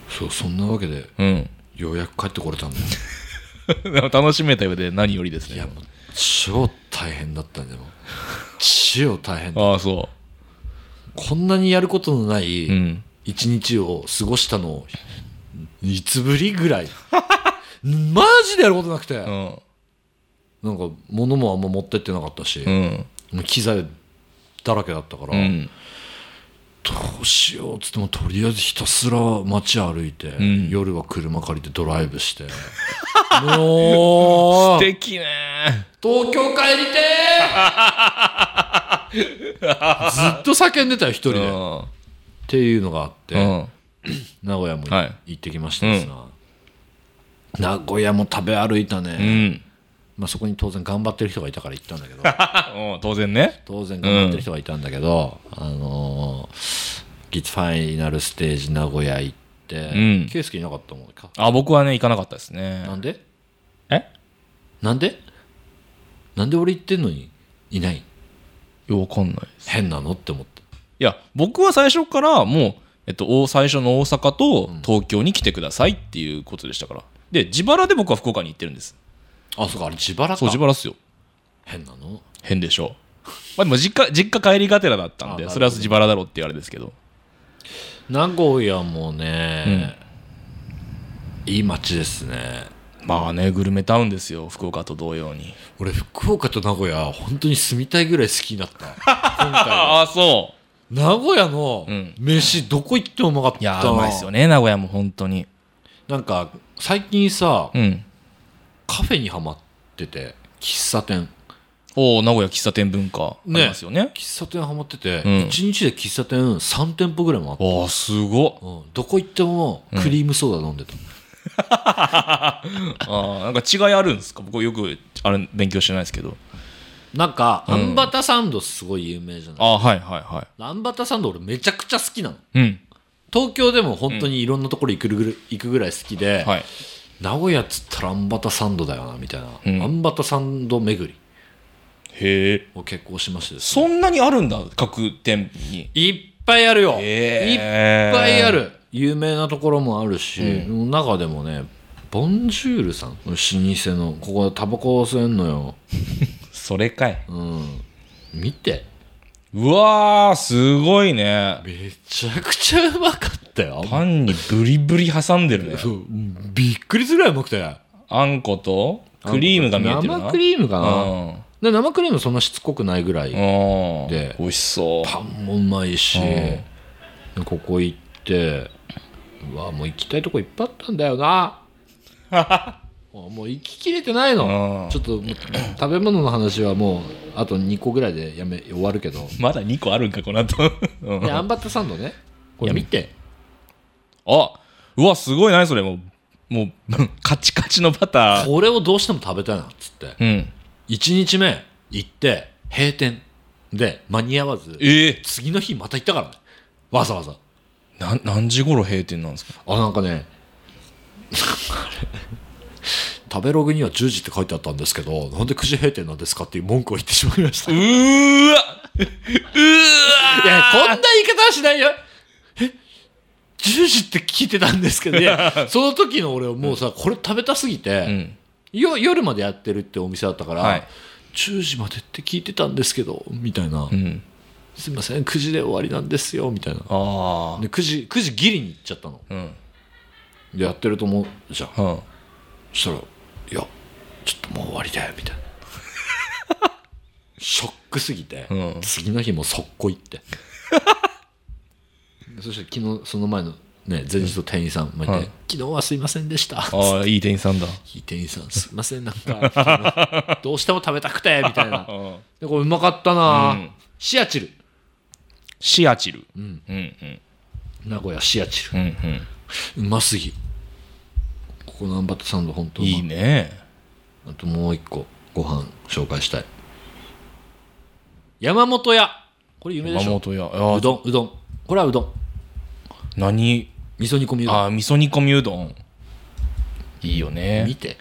そうそんなわけで
うん
ようやく帰ってこれたんだよ
楽しめたようで何よりです
い
ね
やもう超大変だったんだよ超大変だ
ああそ
こんなにやることのな
うう
い
ん
一日を過ごしたのをいつぶりぐらいマジでやることなく て、
うん
なんか物もあんま持ってってなかったし、
うん
もう機材だらけだったから、
うん
どうしようっつってもとりあえずひたすら街歩いて、
ん
夜は車借りてドライブ しても
素
う
敵ね
東京帰りてーずっと叫んでたよ一人
う
で、っ
ん
ていうのがあって、
うん
名古屋もい、
はい
行ってきましたですな、名古屋も食べ歩いたね、
うん
まあ、そこに当然頑張ってる人がいたから行ったんだけど
あうん当然ね
当然頑張ってる人がいたんだけど、あのーギッツファイナルステージ名古屋行って、
ん
ケースケいなかったもんか
あ僕はね行かなかったですね
なんで
え
なんでなんで俺行ってんのにいない
いやわかんないです
変なのって思って
いや僕は最初からもう、えっと、お最初の大阪と東京に来てくださいっていうことでしたからで自腹で僕は福岡に行ってるんです
あそうかあれ自腹か
そう自腹っすよ
変なの
変でしょまあでも実家実家帰りがてらだったん
あなるほ
で
ど
それは自腹だろうってあれですけど
名古屋もね、いい街ですね
まあねグルメタウンですよ福岡と同様に
俺福岡と名古屋本当に住みたいぐらい好きになった 今回
ああそ
名古屋の
うん
飯どこ行ってもうまかった
いやーうまいっすよね名古屋も本当に
なんか最近さ、
うん
カフェにはまってて喫茶店
おお名古屋喫茶店文化あり
ね
ますよね
喫茶店はまってて、
うん
一日で喫茶店3店舗ぐらいもあって、
おおすごっ
うんどこ行ってもクリームソーダ飲んでた、
あーなんか違いあるんですか僕よくあれ勉強してないですけど
なんか、
うん
あんバタサンドすごい有名じゃない
あーはいはいは
あんバタサンド俺めちゃくちゃ好きなの
いうん
東京でも本当にいろんなところ行くぐる行くぐらい好きで、
はい
名古屋っつったらあんバタサンドだよなみたいな、
うん
あんバタサンド巡り
へえ
を結構しましてですね
そんなにあるんだ各店に
いっぱいあるよ、
へ
い
ー
っぱいある有名なところもあるし、中でもねボンジュールさん老舗のここタバコ吸えんのよ、
それかい
うん、見て
うわーすごいね
めちゃくちゃうまかったよ
パンにブリブリ挟んでるね
そううんびっくりするぐらいうまくて
あんことクリームが見えてるな
生クリームかな、
うん
で生クリームそんなしつこくないぐらい、
うん
で
美味しそう
パンもうまいし、でここ行ってうわもう行きたいとこいっぱいあったんだよ なもうもう行ききれてないの
うん
ちょっともう食べ物の話はもうあと2個ぐらいでやめ終わるけど
まだ2個あるんかこの後うん
でアンバッタサンドねこれ見て
あうわすごい何それもう もうカチカチのバター
これをどうしても食べたいなっつって
うん
1日目行って閉店で間に合わず
ええ
次の日また行ったからねわざわざ
なん何時頃閉店なんですか
あなんかね あれ食べログには10時って書いてあったんですけどなんで9時閉店なんですかっていう文句を言ってしまいました
う
い
ーわうー
や
わ
こんな言い方はしないよえ10時って聞いてたんですけどい やその時の俺はもうさこれ食べたすぎ
う
て、
ん
よ夜までやってるってお店だったから、
はい
10時までって聞いてたんですけどみたいな、
うん
すいません9時で終わりなんですよみたいな
あ
で9時 ,9 時ギリに行っちゃったの
あうん
でやってると思うじゃん
うん
そしたら「いやちょっともう終わりだよ」みたい なショックすぎて、
うん
次の日もう速攻行って そして昨日その前のね前日の店員さんもいて、
はい
昨日はすいませんでした」
ああいい店員さんだ
いい店員さんすいませんなんかどうしても食べたくてみたいな
うん
でこれうまかったな、
うん
シアチル
シアチルうんうん
名古屋シアチ
うんうん
ルうますぎここのアンバタサンド本当うま
いいね
あともう一個ご飯紹介したい山本屋これ有名で
山
しょ
本屋
う
あ
どんうどんこれはうどん
何
味噌煮込みうど
あー味噌煮込みうどんいいよ
ん見
ね
て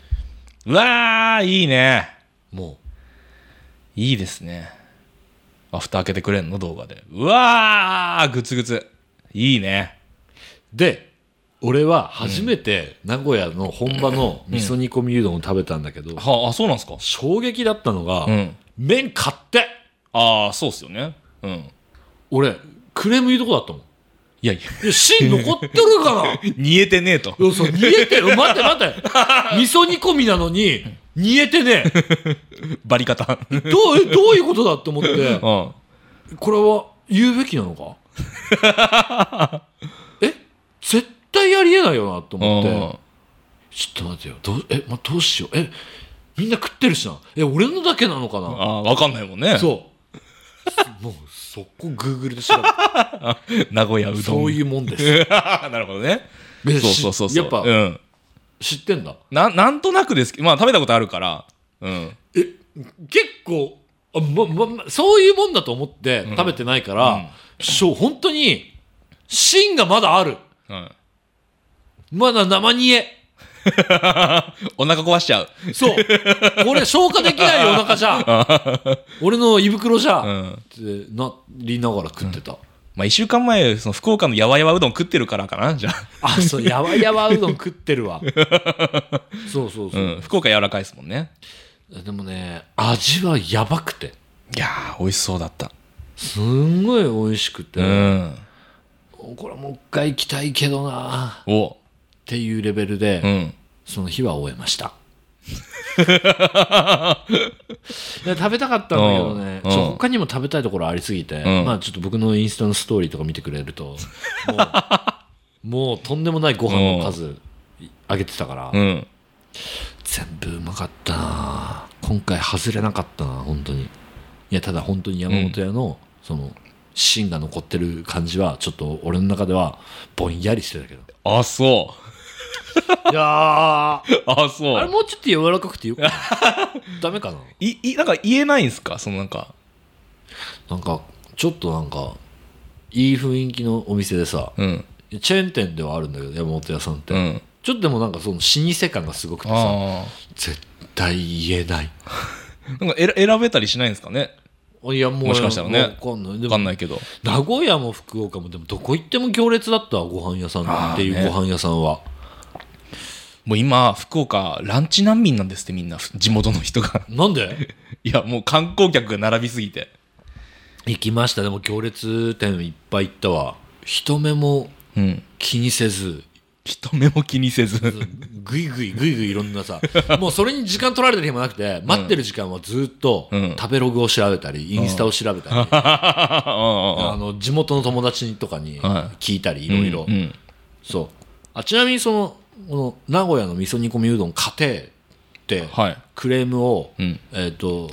うわーいいね
も
いいですねあ蓋開けてくれんの動画でうわーグツグツいいね
うで俺は初めて名古屋の本場の味噌煮込みうどんを食べたんだけど、
はあそうなんすか
衝撃だったのが、
うん
麺買って
ああそうっすよねうん
俺クレームいいとこだったもん
いやいや
いや芯残ってるか な
煮えてねえと
いやそう煮えてる待って待 って味噌煮込みなのに煮えてね
バリ方う
どうえどういうことだって思って
ん
これは言うべきなの かえ絶対ありえないよなと思って、
うん
ちょっと待ってよどうえ、ま、どうしようえみんな食ってるしなえ俺のだけなのかな
あーわかんないもんね
そうす もうそこグーグルで調べた
名古屋うど ん
そういうもんです
なるほどね
で
そうそうそうそう
しやっぱ、
うん
知ってんだ
ななんとなくですけどまあ食べたことあるからうん
結構あ、ままま、そういうもんだと思って食べてないから、
うん
そう本当に芯がまだある
うん
まだ生煮え
お腹壊しちゃう
そう。これ消化できないお腹じ ゃ。俺の胃袋じゃ。ってなりながら食ってた。
まあ、1週間前、その福岡のやわやわうどん食ってるからかな、じゃあ。
あ、そう、やわやわうどん食って るわ。そうそうそうう、
ん、福岡柔らかいですもんね。
でもね、味はやばくて。
いやー、美味しそうだった。
すんごい美味しく
う
て。
ん。
これもう一回行きたいけどなっ
お
ていうレベルで、
うん。
その日は終えま した。いや食べたかったんだけどね、
うん
そう
うん
他にも食べたいところありすぎて、
ん
まあちょっと僕のインスタのストーリーとか見てくれると、もうもうとんでもないご飯の数あげてたから、
うん。
全部うまかったな今回外れなかったな本当にいやただ本当に山本屋の、その芯が残ってる感じはちょっと俺の中ではぼんやりしてたけ ど
あ、そ
いやー
う。あ、そ
あれ
う。、
もうちょっと柔らかくてよく ないダメかない
い、なんか言えないんすかそのなんか。
なんかちょっとなんかいい雰囲気のお店でさ
うん。
チェーン店ではあるんだけど山本屋さんって、
うん。
ちょっとでもなんかその老舗感がすごくてさ
あ
絶対言えない
あなんかえら選べたりしないんですかね
いやもう
もしかしたらね
わかんないで
分
も
かんないけど
名古屋も福岡もでもどこ行っても行列だったわご飯屋さんってい
あー
う
ね
ご飯屋さん は、
もう今福岡ランチ難民なんですってみんなふ地元の人が
なんで
いやもう観光客が並びすぎて
行きましたでも行列店いっぱい行ったわ人目も
うん
気にせず
人目も気にせず
ぐいぐいぐいぐいいろんな さもうそれに時間取られたりもなくて待ってる時間はずっと
うん
食べログを調べたりインスタを調べたり、
あ
あの地元の友達とかに
はい
聞いたりい
い
ろいろ
うん
そうあちなみにそのこの名古屋の味噌煮込みうどん家庭って
はい
クレームを、
うん
えっ、 と、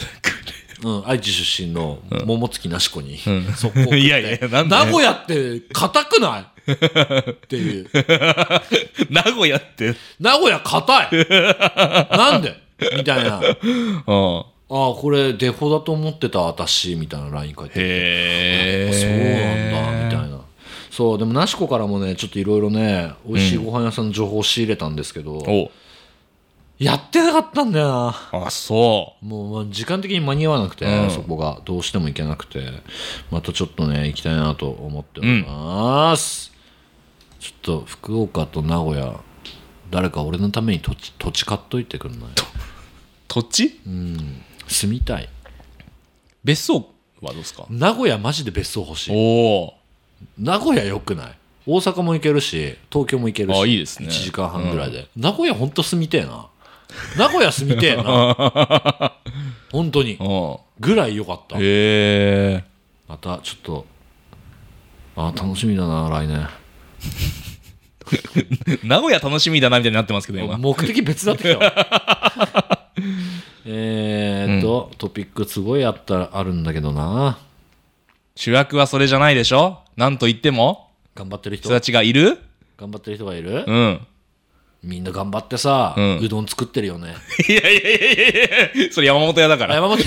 うん、愛知出身の桃月なし子に、速攻送って
いやいやなんで
名古屋って硬くないっていう
名古屋って
名古屋硬いなんでみたいな
うん
ああこれデフォだと思ってた私みたいな LINE 書いて
へ
そうなんだみ
い
たいなそうでもなし子からもねちょっといろいろね美味しいご飯屋さんの情報を仕入れたんですけど、
お
やってなかったんだよな
あそ
もうまあ時間的に間に合わなくて、
うん
そこがどうしても行けなくてまたちょっとね行きたいなと思っております、ちょっと福岡と名古屋誰か俺のために土地土地買っといてくんないう
土地
住みたい
別荘はどうですか
名古屋マジで別荘欲しい
お
名古屋良くない大阪も行けるし東京も行けるし
あいいですね
1時間半ぐらいで、名古屋ほんと住みてえな名古屋住みてえな 本当に
お
ぐらい良かった
へえ
またちょっとあ楽しみだな来年
名古屋楽しみだなみたいになってますけど今
目的別だってきたわ えーっと、トピックすごいあったあるんだけどな
主役はそれじゃないでしょなんと言っても
頑張ってる人
人たちがいる
頑張ってる人がいる、
うん
みんな頑張ってさ、
うん
うどん作ってるよね
いやいやいやいやいやそれ山本屋だか
あ
ら
山本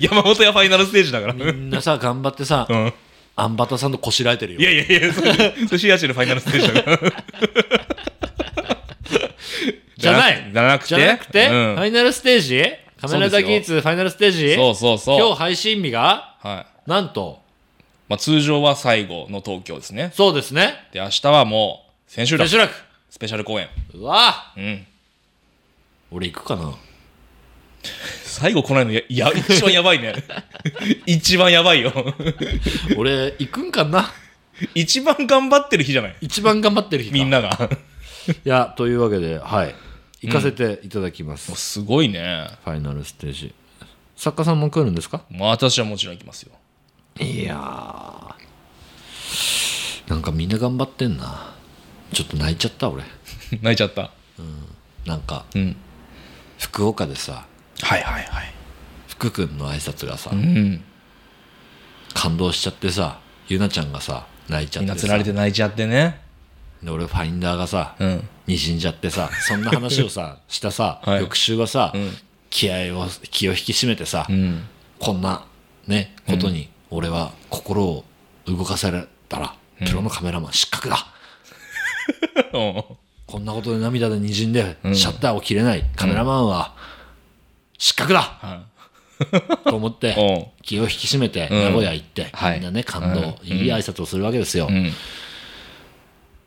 山本屋ファイナルステージだから
みんなさ頑張ってさ、
ん
あんばたさんとこしらえてるよ
いやいやいやそれそれシアシルファイナルステージだから
じゃない
じゃなくて
じゃなくて、
うん
ファイナルステージカメラ
そう
ダ
ですよ
ギーツファイナルステージ
そうそうそう
今日配信日が
はい
なんと
まあ、通常は最後の東京ですね
そうですね
で明日はもう千秋
千
楽
秋楽
スペシャル公演
うわぁ
うん
俺行くかな
最後来ないのやや一番やばいね 一番やばいよ
俺行くんかな
一番頑張ってる日じゃない
一番頑張ってる日か
みんなが
いやというわけではい行かせていただきます、フ
すごいね
ァイナルステージ作家さんも来るんですか
まあ私はもちろん行きますよ
いやーなんかみんな頑張ってんなちょっと泣いちゃった俺
泣いちゃった
なんか
うん
福岡でさ
はいはいはい
福君の挨拶がさ、
うん
感動しちゃってさゆなちゃんがさ泣いちゃ
み
っ
んな
て
つ
さ
られて泣いちゃってね
で俺ファインダーがさ、
うん
にじんじゃってさそんな話を さしたさ、
はい
翌週はさ、気合を気を引き締めて さ、
うん
こんなねことに俺は心を動かされたら、プロのカメラマン失格だこんなことで涙でにじんで、シャッターを切れないカメラマンは失格だ、と思 って、
う
気を引き締めて
ん
名古屋行って、
はい
みんなね感動、いい挨拶をするわけですよ、
ん、うん、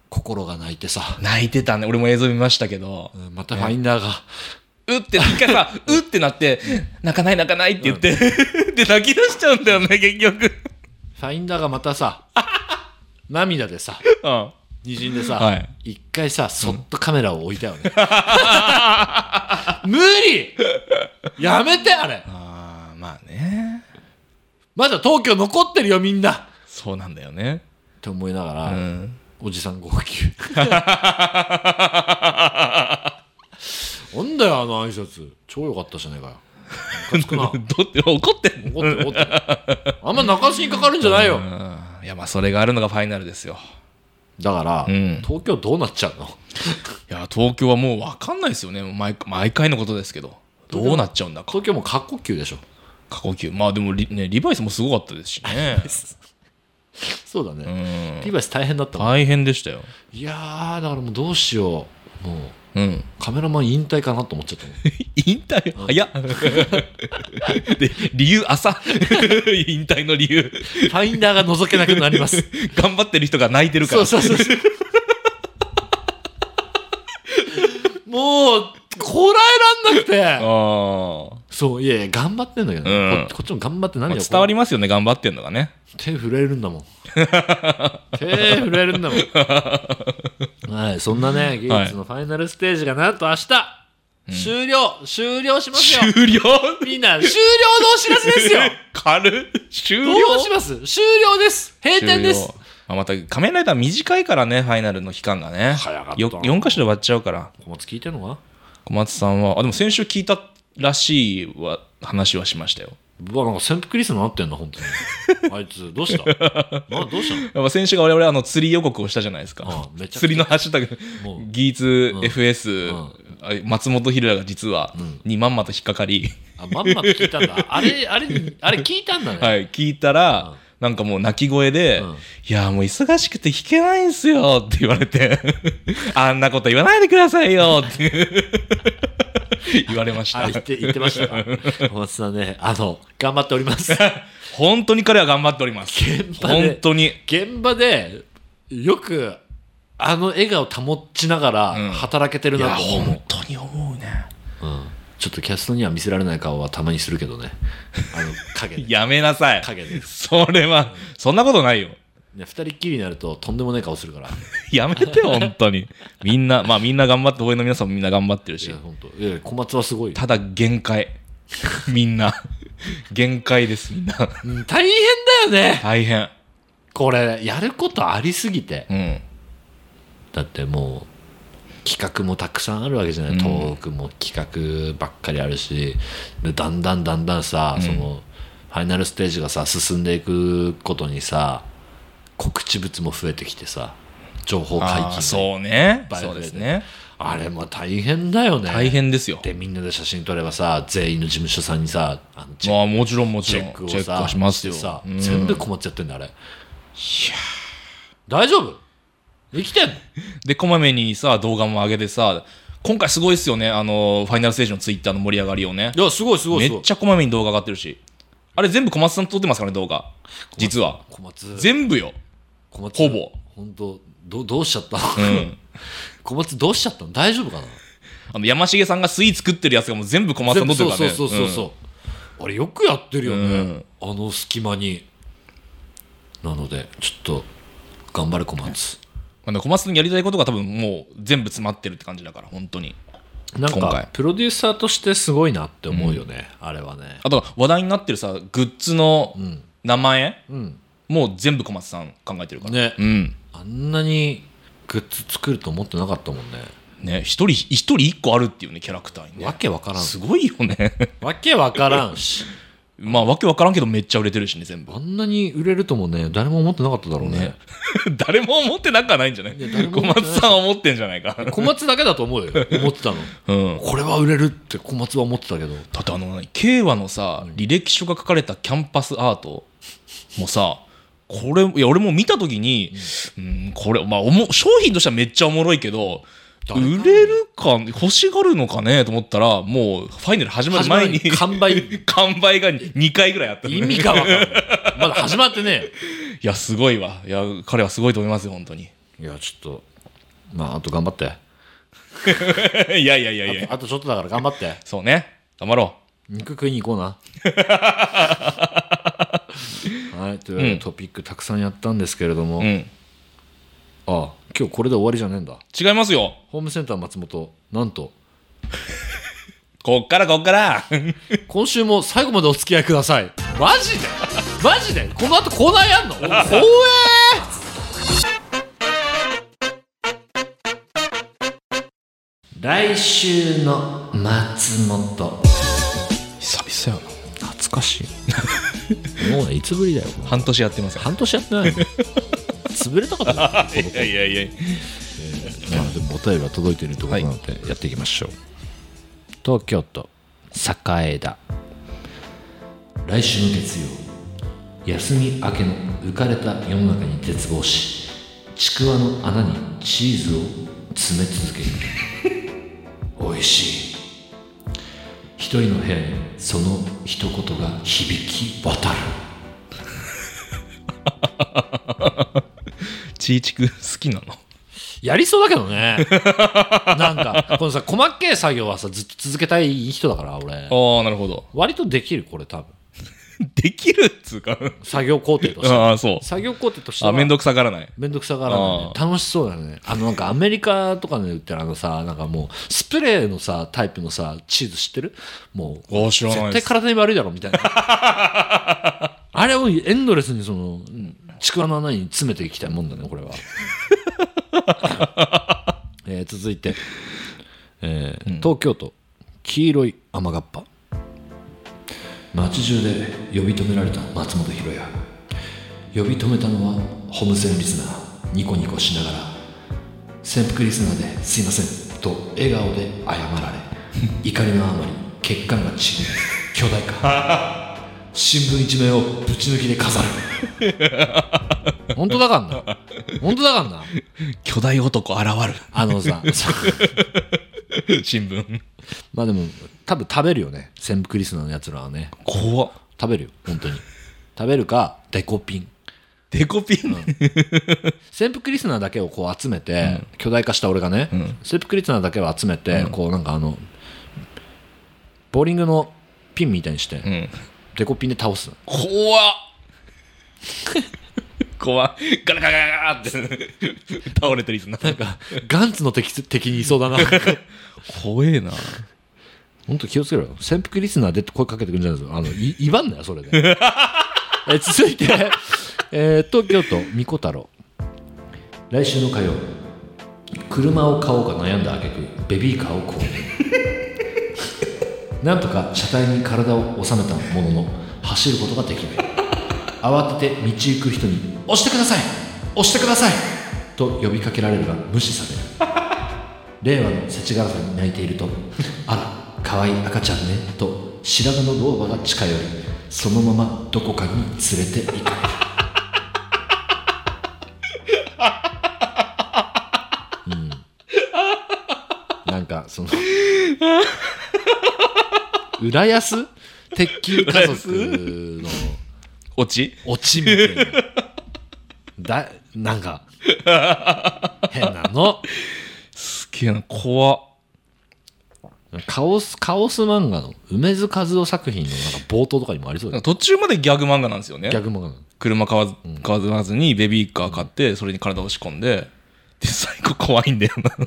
心が泣いてさ、
泣いてたね俺も映像見ましたけど
うんまたファインダーが、
うって一回さうってなって泣かない泣かないって言って、 で泣き出しちゃうんだよね結局
ファインダーがまたさ 涙でさ
うん
にじんでさ、
はい
一回さそっとカメラを置いたよね、 無理やめてあれ
あーまあね
まだ東京残ってるよみんなっ
そうなんだよね
て思いながら、
うん
おじさん号泣なんだよあの挨拶超良かったじゃねえかよムカつく
ど
な
って怒ってんの
怒って怒ってあんま泣かしにかかるんじゃないよ、
うんいやまあそれがあるのがファイナルですよ
だから、
ん
東京どうなっちゃうの
いや東京はもう分かんないですよね毎毎回のことですけどどうなっちゃうんだか
東京 も過呼吸でしょ
過呼吸まあでもリ,、ね、リバイスもすごかったですしね
そうだね。
うん
リーバイス大変だったもん。
大変でしたよ
いやー、だからもうどうしよう。もう、
うん
カメラマン引退かなと思っちゃったもん。
引退早っで理由朝 引退の理由
ファインダーが覗けなくなります。
頑張ってる人が泣いてるか
そう
ら
そうそうそう。もう、こらえらんなくて。
あ
そう、いやいや、頑張ってんだけどね、
うん
ここっちも頑張って
あ
何
まあ
よ、
伝わりますよね頑張ってんのがね
手震えるんだも ん手震えるんだもんはいそんなね芸術のファイナルステージがなんと明日、終了終了しますよ
終了
みんな終了のお知らせですよ
軽っ終
ど
了
うします終了です閉店です
終了まあ、また仮面ライダー短いからねファイナルの期間がね
早かった
よ4箇所で割っちゃうから
小松聞いてんのか
小松さんはあでも先週聞いたらしいは話はしましたよ
うわなんか潜伏リストになってんな本当 にあいつどうしたなどうしたの
やっぱ先週が我々あの釣り予告をしたじゃないですか
ああめちゃくちゃ
釣りのハッシュタグ
もう
ギーツ FS、
ん
あ松本ひろやが実はにまんまと引っかかり、
あまんまと聞いたんだあれあれあれ聞いたんだね、
はい、聞いたら、なんかもう泣き声で、
うん
いや、もう忙しくて弾けないんすよって言わ れて、あんなこと言わないでくださいよ って言われました
あ。言って言ってましたか 小松さんねあの頑張っております
本当に彼は頑張っております
現。場で
本当に。
現場でよくあの笑顔保ちながら
うん
働けてる
いや、
なと思う、
本当に思うね。
うんちょっとキャストには見せられない顔はたまにするけどねあの影で
やめなさい。
影です
それは、そんなことないよ。
ね、2人っきりになるととんでもない顔するからい
やめて、本当に。みんな、まあみんな頑張って、応援の皆さんもみんな頑張ってるし
や。本当いや小松はすごいよ
ただ、限界。みんな。限界です、みんな。
うん大変だよね
大変。
これやることありすぎて
うん。
だってもう企画もたくさんあるわけじゃない、
うん
トークも企画ばっかりあるしでだんだんだんだんさ、そのファイナルステージがさ進んでいくことにさ告知物も増えてきてさ情報解
あー
禁
そうね
バイオ
そ
レー
うで
です
ね
あれも大変だよね
大変ですよ
でみんなで写真撮ればさ全員の事務所さんにさあのチェ
まあもちろんもち
チ
ろん
ェックを
チェック
さ
はしますよ
してさ、
うん
全部困っちゃってんだあれいや大丈夫生きてんの
でこまめにさ動画も上げてさ今回すごいですよねあのファイナルステージのツイッターの盛り上がりをね
いやすごいすごい
め
すごい
っちゃこまめに動画上がってるしあれ全部小松さん撮ってますからね動画実は
小松
全部よ
小松
ほぼ
本当どどうしちゃったの、
ん
小松どうしちゃったの大丈夫かな
あの山重さんがスイーツ作ってるやつがもう全部小松さん撮ってるからね
そうそうそうそうう、あれよくやってるよね、あの隙間になのでちょっと頑張れ小松
んまあ小松さんのやりたいことが多分もう全部詰まってるって感じだから本当に
なん
今
か
回
プロデューサーとしてすごいなって思うよね、あれはね
あと話題になってるさグッズの名前、
ん
もう全部小松さん考えてるから
ね
うん
あんなにグッズ作ると思ってなかったもんね
ね一人一人一個あるっていうねキャラクターにね
わけわからん
すごいよね
わけわからんし
まあわけわからんけどめっちゃ売れてるしね全部
あんなに売れるともね誰も思ってなかっただろうね
ね 誰も思ってなくはないんじゃない
や誰も
小
思ってない
松さんは思ってんじ ゃないか
小松だけだと思うよ思って たの
うん
これは売れるって小松は思ってたけど
だってあの何慶和のさ履歴書が書かれたキャンパスアートもさこれいや俺も見た時に、うん、これ、まあ、おも商品としてはめっちゃおもろいけど
誰か
売れるか欲しがるのかねと思ったらもうファイナル始まる前に
始まる前に
完売が2回ぐらいあったの
意味がわかんないまだ始まってね
いやすごいわいや彼はすごいと思いますよ本当に
いやちょっとまああと頑張って
いやいやいやい
あ
や
とあとちょっとだから頑張って
そうね頑張ろ
肉食いに行こ うなはいというわけでトピックたくさんやったんですけれども、
うう
あ
ん
あ今日これで終わりじゃねえんだ
違いますよ
ホームセンター松本なんと
こっからこっから
今週も最後までお付き合いくださいマジでマジでこの後コーナーやんの怖え来週の松本
久々やな
懐かしい もうねいつぶりだよ
半年やってますよ
半年やってないの潰れたかった
いやいやいや
まあでもお便りは届いているところなのでやっていきましょう、東京都栄田来週の月曜休み明けの浮かれた世の中に絶望しちくわの穴にチーズを詰め続ける美味しい一人の部屋にその一言が響き渡る
ちいちく好きなの
やりそうだけどねなんかこのさ細けえ作業はさずっと続けたい人だから俺
ああなるほど
割とできるこれ多分
できるっつうか
作業工程としては
ああそう
作業工程として
あ
は
面倒くさがらない
めんどくさがらないね
あ
楽しそうだねあのなんかアメリカとかで売ってるあのさなんかもうスプレーのさタイプのさチーズ知ってるもう
あ知らな
絶
いで
対
す
体に悪いだろみた いなあれをエンドレスにそのうんちくわの穴に詰めていきたいもんだねこ れは、えー続いて、えー東京都黄色い雨がっぱ街中で呼び止められた松本博也呼び止めたのはホームセンリスナーニコニコしながら潜伏リスナーですいませんと笑顔で謝られ 怒りのあまり血管がちぎれ巨大化新聞一面をぶち抜きで飾る本当だかんな本当だかんな
巨大男現
あのさ
る新聞
まあでも多分食べるよね潜伏リスナーのやつらはね
怖っ
食べるよ本当に食べるかデコピン
デコピン、
潜伏リスナーだけをこう集めて、巨大化した俺がね、潜伏リスナーだけを集めて、こうなんかあのボーリングのピンみたいにして、
ん
デコピンで倒すの
怖っ 怖っガラガラガラガラって倒れてるリスナーが
ガンツの敵敵にいそうだな
怖えな
本当気をつけろよ潜伏リスナーでって声かけてくるんじゃないですかあのい言わんなよそれで え続いて、えー東京都みこ太郎来週の火曜車を買おうか悩んだ挙句ベビーカーを購入 なんとか車体に体を収めたものの走ることができない慌てて道行く人に「押してください押してください!」と呼びかけられるが無視される令和の世知辛さに泣いていると「あら可愛い赤ちゃんね」と白髪の老婆が近寄りそのままどこかに連れて行 かれる、うん、なんかその浦安鉄筋家族の
オチ
落ちみたいなだなんか変なの
すげえな怖っ
カオスカオス漫画の梅津和夫作品のなんか冒頭とかにもありそうだよ
なんか途中までギャグ漫画なんですよね
逆漫画の
車買わず買わずにベビーカー買ってそれに体を仕込んでで最後怖いんだよな、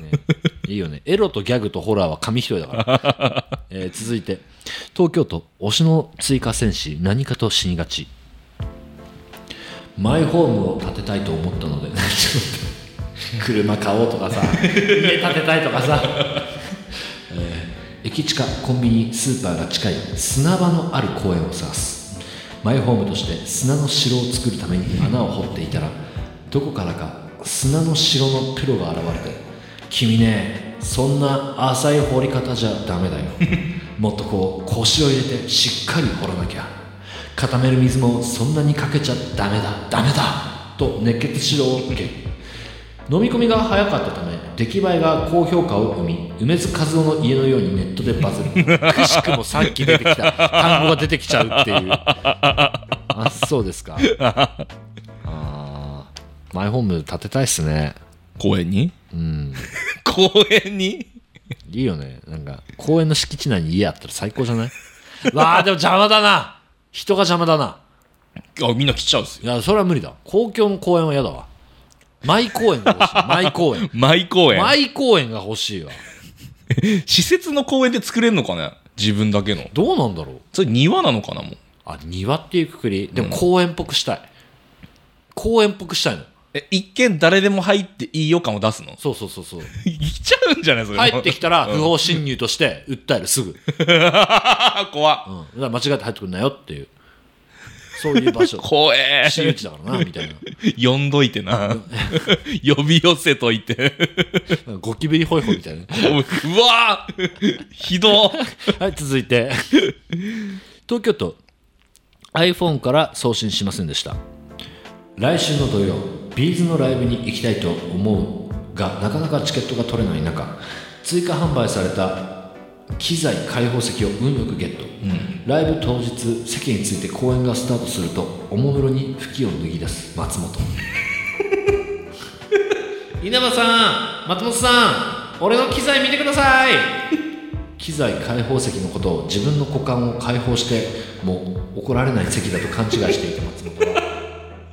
いいよね エロとギャグとホラーは紙一重だから、 えー続いて東京都推しの追加戦士何かと死にがちマイホームを建てたいと思ったの で車買おうとかさ家建てたいとかさ、えー駅近コンビニスーパーが近い砂場のある公園を探すマイホームとして砂の城を作るために穴を掘っていたらどこからか砂の城のプロが現れて「君ねそんな浅い掘り方じゃダメだよもっとこう腰を入れてしっかり掘らなきゃ」固める水もそんなにかけちゃダメだダメだと熱血指導を受け飲み込みが早かったため出来栄えが高評価を生み梅津和夫の家のようにネットでバズるくしくもさっき出てきた単語が出てきちゃうっていうあそうですかあーマイホーム建てたいっすね
公園に
うん
公園に
いいよねなんか公園の敷地内に家あったら最高じゃないわあでも邪魔だな人が邪魔だな
あみんな来ちゃうんですよ
いや、それは無理だ。公共の公園は嫌だわ。マイ公園が欲しい。マイ公園。
マイ公園
マイ公園が欲しいわ。
施設の公園で作れるのかね自分だけの
どうなんだろう
それ庭なのかなもう
あ、庭っていうくくり。でも公園っぽくしたい。公園っぽくしたいの。
え一見誰でも入っていいよ感を出 すの
そうそうそうそう。
来ちゃうんじゃないそれ
入ってきたら
うん
不法侵入として訴える、すぐ。うん。だ
あ怖っ
から間違って入ってくんなよっていう。そういう 場所。
怖え
私有地だからな、みたいな。
呼んどいてな 呼び寄せといて
ゴキブリホイホイみたいな。
うわーひどっ
はい、続いて。東京都、 iPhone から送信しませんでした来週の土曜ビーズのライブに行きたいと思うがなかなかチケットが取れない中追加販売された機材開放席を運よくゲット、ライブ当日席について公演がスタートするとおもむろに吹きを脱ぎ出す松本 稲葉さん松本さん俺の機材見てください機材開放席のことを自分の股間を解放してもう怒られない席だと勘違いしていた松本は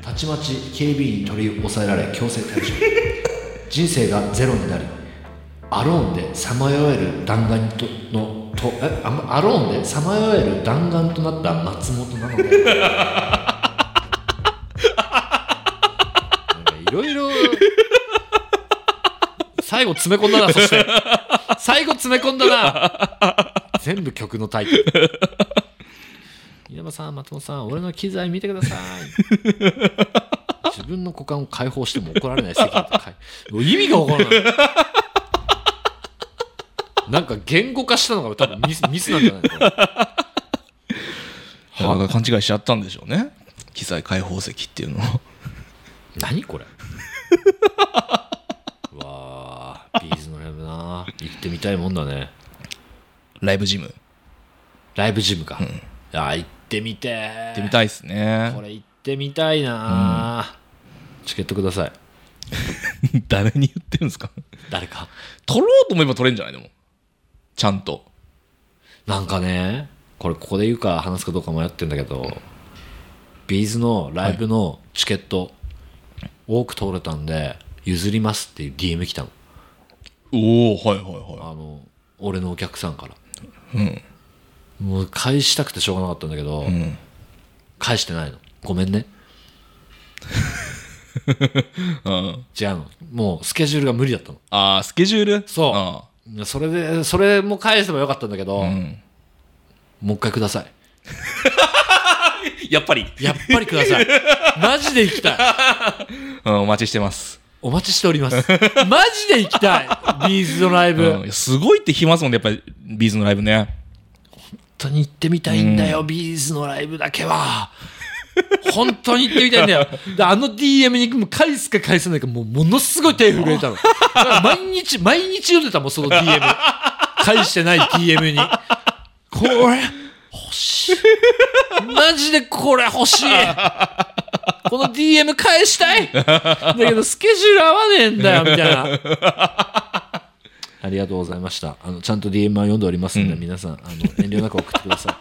たちまち警備員に取り押さえられ強制退場人生がゼロになりアローンでさまよえる弾丸とのとえあまアローンでさまよえる弾丸となった松本なのでなんかいろいろ最後詰め込んだなそして最後詰め込んだな全部曲のタイト ル稲葉さん松本さん俺の機材見てください自分の股間を解放しても怒られない責任って書いもう意味が分からないなんか言語化したのが多分ミスミスなんじゃないのかな
母が勘違いしちゃったんでしょうね機材開放石っていうのは
何これうわあビーズのライブな行ってみたいもんだね
ライブジム行
ライブジムか、あー行ってみて行っ
ってみたいですね
これ行ってみたいな、チケットください
誰に言ってるんですか
誰か
取ろうと思えば取れんじゃないでもちゃんと
なんかねこれここで言うか話すかどうか迷ってんだけどビーズのライブのチケット、多く取れたんで譲りますっていう DM 来たの
おおはいはいは
あの俺のお客さんから、もう返したくてしょうがなかったんだけど、
ん
返してないのごめんね
い、うん、
違うのもうスケジュールが無理だったの
ああスケジュール
そう
あ
それでそれも返せばよかったんだけど、
あうん
もう一回ください
やっぱり、
やっぱりくださ い。マジで行きたい。
うん、お待ちしてます、
お待ちしております。マジで行きたい。ビーズのライブ。
う
本
ん、すごいって暇ですもんねやっぱりビーズのライブね
当に行ってみたいんだよ、ビーズのライブだけは。本当に行ってみたいんだよ。であの DM にもう返すか返さないか、もうものすごい手震えたの。だから毎日、毎日読んでたもん、その DM。返してない DM に。これ、欲しい。マジでこれ欲しい。この DM 返したい。だけどスケジュール合わねえんだよ、みたいな。ありがとうございました。あの、ちゃんと DM は読んでおりますんで、皆さん、あの、遠慮なく送ってくださ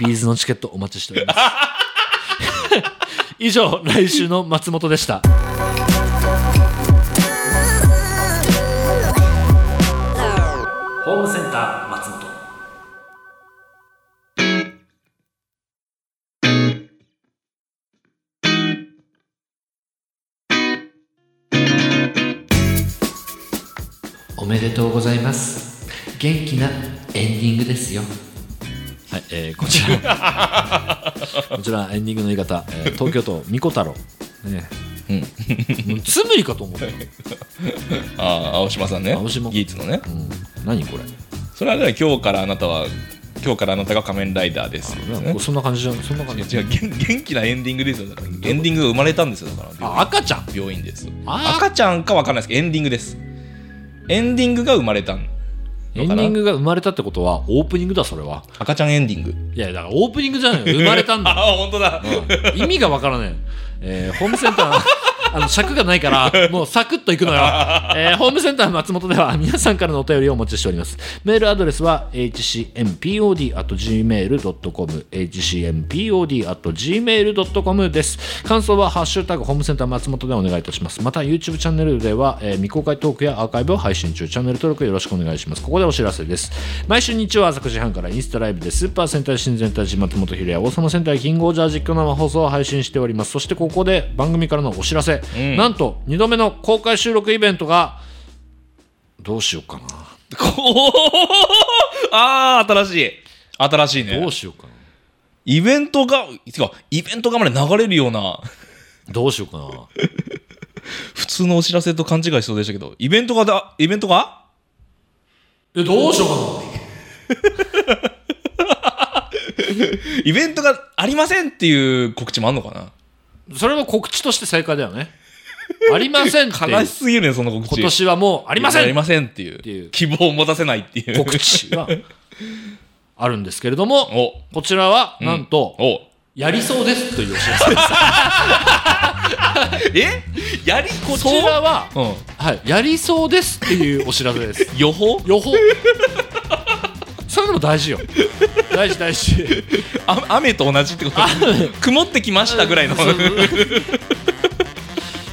い。 ビーズのチケットお待ちしております。 以上、来週の松本でした。
ホームセンター松本
おめでとうございます。元気なエンディングですよ。はい、えーこちら。 こちら、エンディングの言い方、えー東京都、みこ太郎。ね、うん。つむりかと 思った。
ああ青島さんね
青島
ギーツのね
うん、何これ。
それはね今日からあなたは今日からあなたが仮面ライダーですですね
そんな感じじゃん。そんな感じ。
違う元元気なエンディングですよだからエンディングが生まれたんですよだから病
あ、
院
赤ちゃん。
病院です
あー
赤ちゃんかわかんないですけどエンディングですエンディングが生まれたの
エンディングが生まれたってことは、オープニングだ、それは。
赤ちゃんエンディング
いや、だからオープニングじゃないよ。生まれたんだ
あ。あ本当だ、
意味がわからない、えーホームセンター あの尺がないからもうサクッといくのよ、えーホームセンター松本では皆さんからのお便りをお待ちしておりますメールアドレスは hcmpod.gmail.com hcmpod.gmail.com です感想は「ハッシュタグホームセンター松本」でお願いいたしますまた YouTube チャンネルでは、えー未公開トークやアーカイブを配信中チャンネル登録よろしくお願いしますここでお知らせです毎週日曜朝9時半からインスタライブでスーパー戦隊新戦隊島松本ひれや王様戦隊キングオージャー実況生放送を配信しておりますそしてここで番組からのお知らせ、なんと2度目の公開収録イベントがどうしようかな
ああ新しい新しい
ど
ね
うしようかな
イベントがてかイベントがまで流れるような
どうしようかな
普通のお知らせと勘違いしそうでしたけどイベントがだイベントが
えどうしようかな
イベントがありませんっていう告知もあんのか
それも告知として正解だよねありませんっていう
な悲しすぎるねその告知
今年はもうあ
あ
りませ
あり
ん
ませんっていう
ていう
希望を持たせないっていう
告知があるんですけれども
お
こちらはなんと、
お
やりそうですというお知らせ
えやりこ
こちらは、
うん
はい、やりそうですっていうお知らせです
予報
予報そういうのも大事よ大事大事
あ雨と同じってこと曇ってきましたぐらいの
そうそう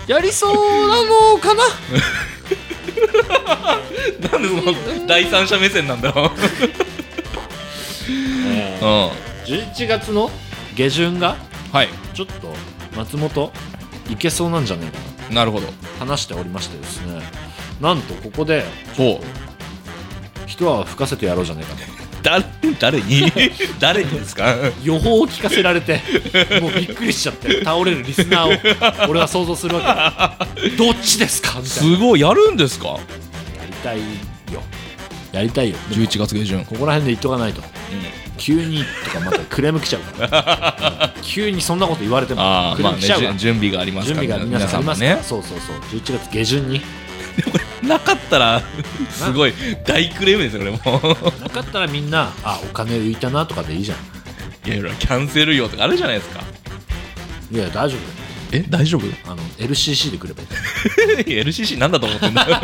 やりそうなのかな
なんでその 第三者目線なんだろう。うん。
11月の下旬が
はい。
ちょっと松本いけそうなんじゃないか
なるほど。
な話しておりましてですねなんとここで
ほう。
一泡吹かせてやろうじゃないかと
誰誰 に誰にですか。
予報を聞かせられ てもうびっくりしちゃって倒れるリスナーを俺は想像するわけどっちですかみたい
すごいやるんですか。
なやりたいよやりたいよ
十一月下旬。
ここら辺で言っとかないと急にとかまたクレーム来ちゃうから 急にそんなこと言われても
ああ
クレ
ま
ー
あ
ム
ね
来ちゃうから、
準準備があります
準
から
備が皆さんあり
も
ますから、
ね。
そうそうそう11月下旬に
なかっ たらすごい大クレームですよこれもう。
なかったらみんなあお金浮いたなとかでいいじゃん
いやいやキャンセル料とかあるじゃないですか。
いや大丈夫
え大 丈夫
だよあの LCC でくればいい
?LCC なんだと思ってん だ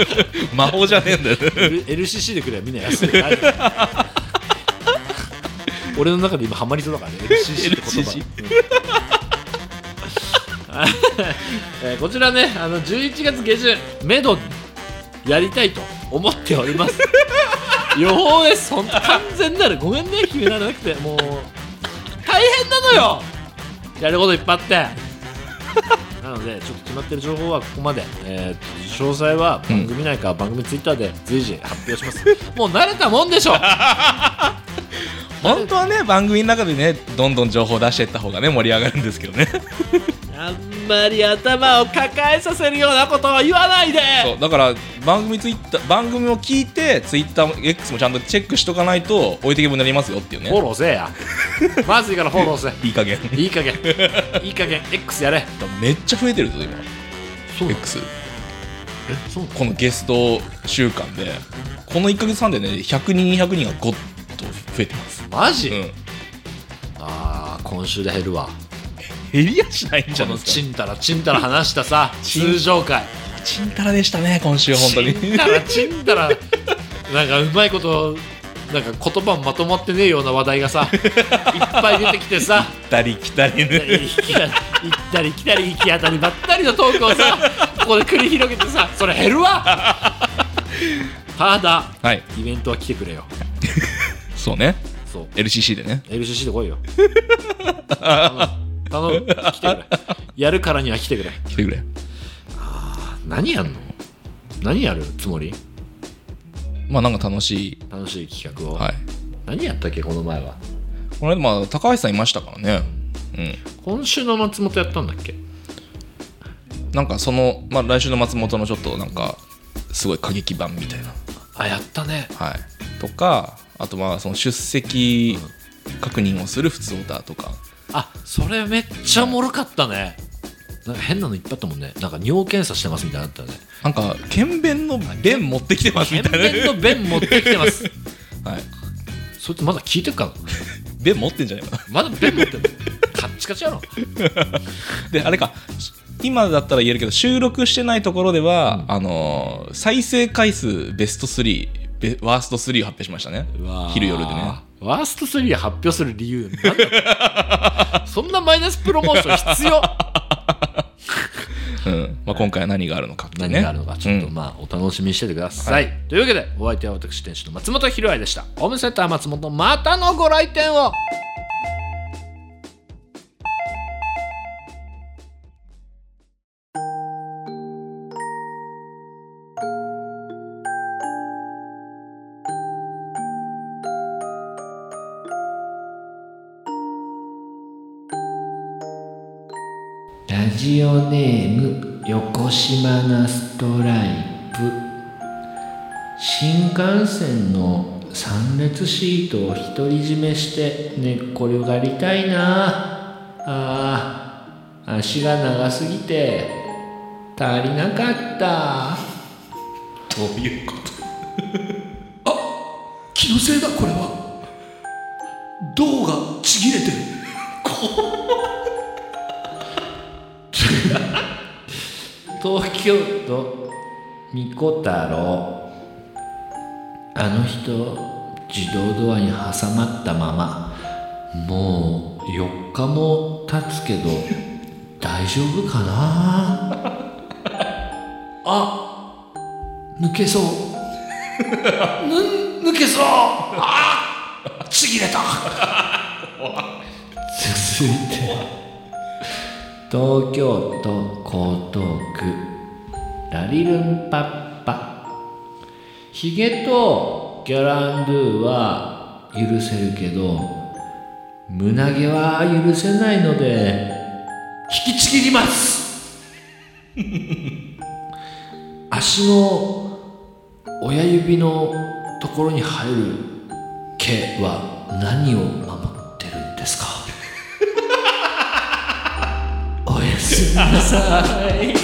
魔法じゃねえんだよ
L- LCC でくればみんな安いよ大丈夫俺の中で今ハマりそうだからね LCC って言葉
LCC
えーこちらねあの11月下旬めどやりたいと思っております予報ですほんと完全なるごめんね決められなくてもう大変なのよやることいっぱいあってなのでちょっと決まってる情報はここまで、えー詳細は番組内か番組ツイッターで随時発表します、もう慣れたもんでしょ
本当はね番組の中でねどんどん情報出していった方がね盛り上がるんですけどね
あんまり頭を抱えさせるようなことは言わないで
そうだから番組ツイッター番組を聞いてツイッター X もちゃんとチェックしとかないと置いてけぼりになりますよっていう
フォ
ね
ローせえ やまずいからフォローせ
いい加減
いい加 減いい加減 X やれ
めっちゃ増えてるぞ今
そう
X
えそう
このゲスト週間でこの1か月半でね100人200人がゴッと増えてます
マジ、
うん
ああ今週で減るわ
減りやしないんじ
こ
ゃない
の
です
ち
か
んたらちんたら話した さ
ちん
通常会
ちんたらでしたね今週本当に
ちんたらちんたらなんかうまいことなんか言葉もまとまってねえような話題が さいっぱい出てきてさ
来たり来たりね
行ったり来たり行き当たりばったりのトークをさここで繰り広げてさそれ減るわただ
はい
イベントは来てくれよ
そうね
そう
LCC でね
LCC で来いよ頼む頼む来てくれやるからには来てくれ
来てくれ
何やんの何やるつもり
まあなんか楽しい
楽しい企画を、
はい
何やったっけこの前は
この間まあ高橋さんいましたからねうん
今週の松本やったんだっけ
なんかその、まあ、来週の松本のちょっとなんかすごい過激版みたいな、
あやったね
はい、とかあとまあその出席確認をする普通オーダーとか
あそれめっちゃおもろかったねなんか変なのいっぱいあったもんねなんか尿検査してますみたいなのあったよね
なんか検便の便持ってきてますみたいな
検便の便持ってきてます
はい、
そいつまだ聞いてるかな
便持ってんじゃないかな
まだ便持ってる カッチカチやろ
であれか今だったら言えるけど収録してないところでは、あのー再生回数ベスト3ベワースト3を発表しましたね昼夜でね
ワースト3発表する理由なん だそんなマイナスプロモーション必 要
うんまあ、今回は何があるのかってね
何があるのかちょっと
うん
まあお楽しみにしててください、というわけでお相手は私店主の松本博愛でしたホームセンター松本またのご来店を
ラジオネーム横島なストライプ新幹線の
3列シートを独り占めして寝っ転がりたいなあー足が長すぎて足りなかった
どういうこと
気のせいだこれは銅がちぎれてる
東京都ミコ太郎あの人自動ドアに挟まったままもう4日も経つけど大丈夫かな
抜けそうぬ抜けそうあーちぎれた
続いて東京都江東区ラリルンパッパヒゲとギャランドゥは許せるけど胸毛は許せないので
引きちぎります
足の親指のところに入る毛は何を守ってるんですかおやすみなさい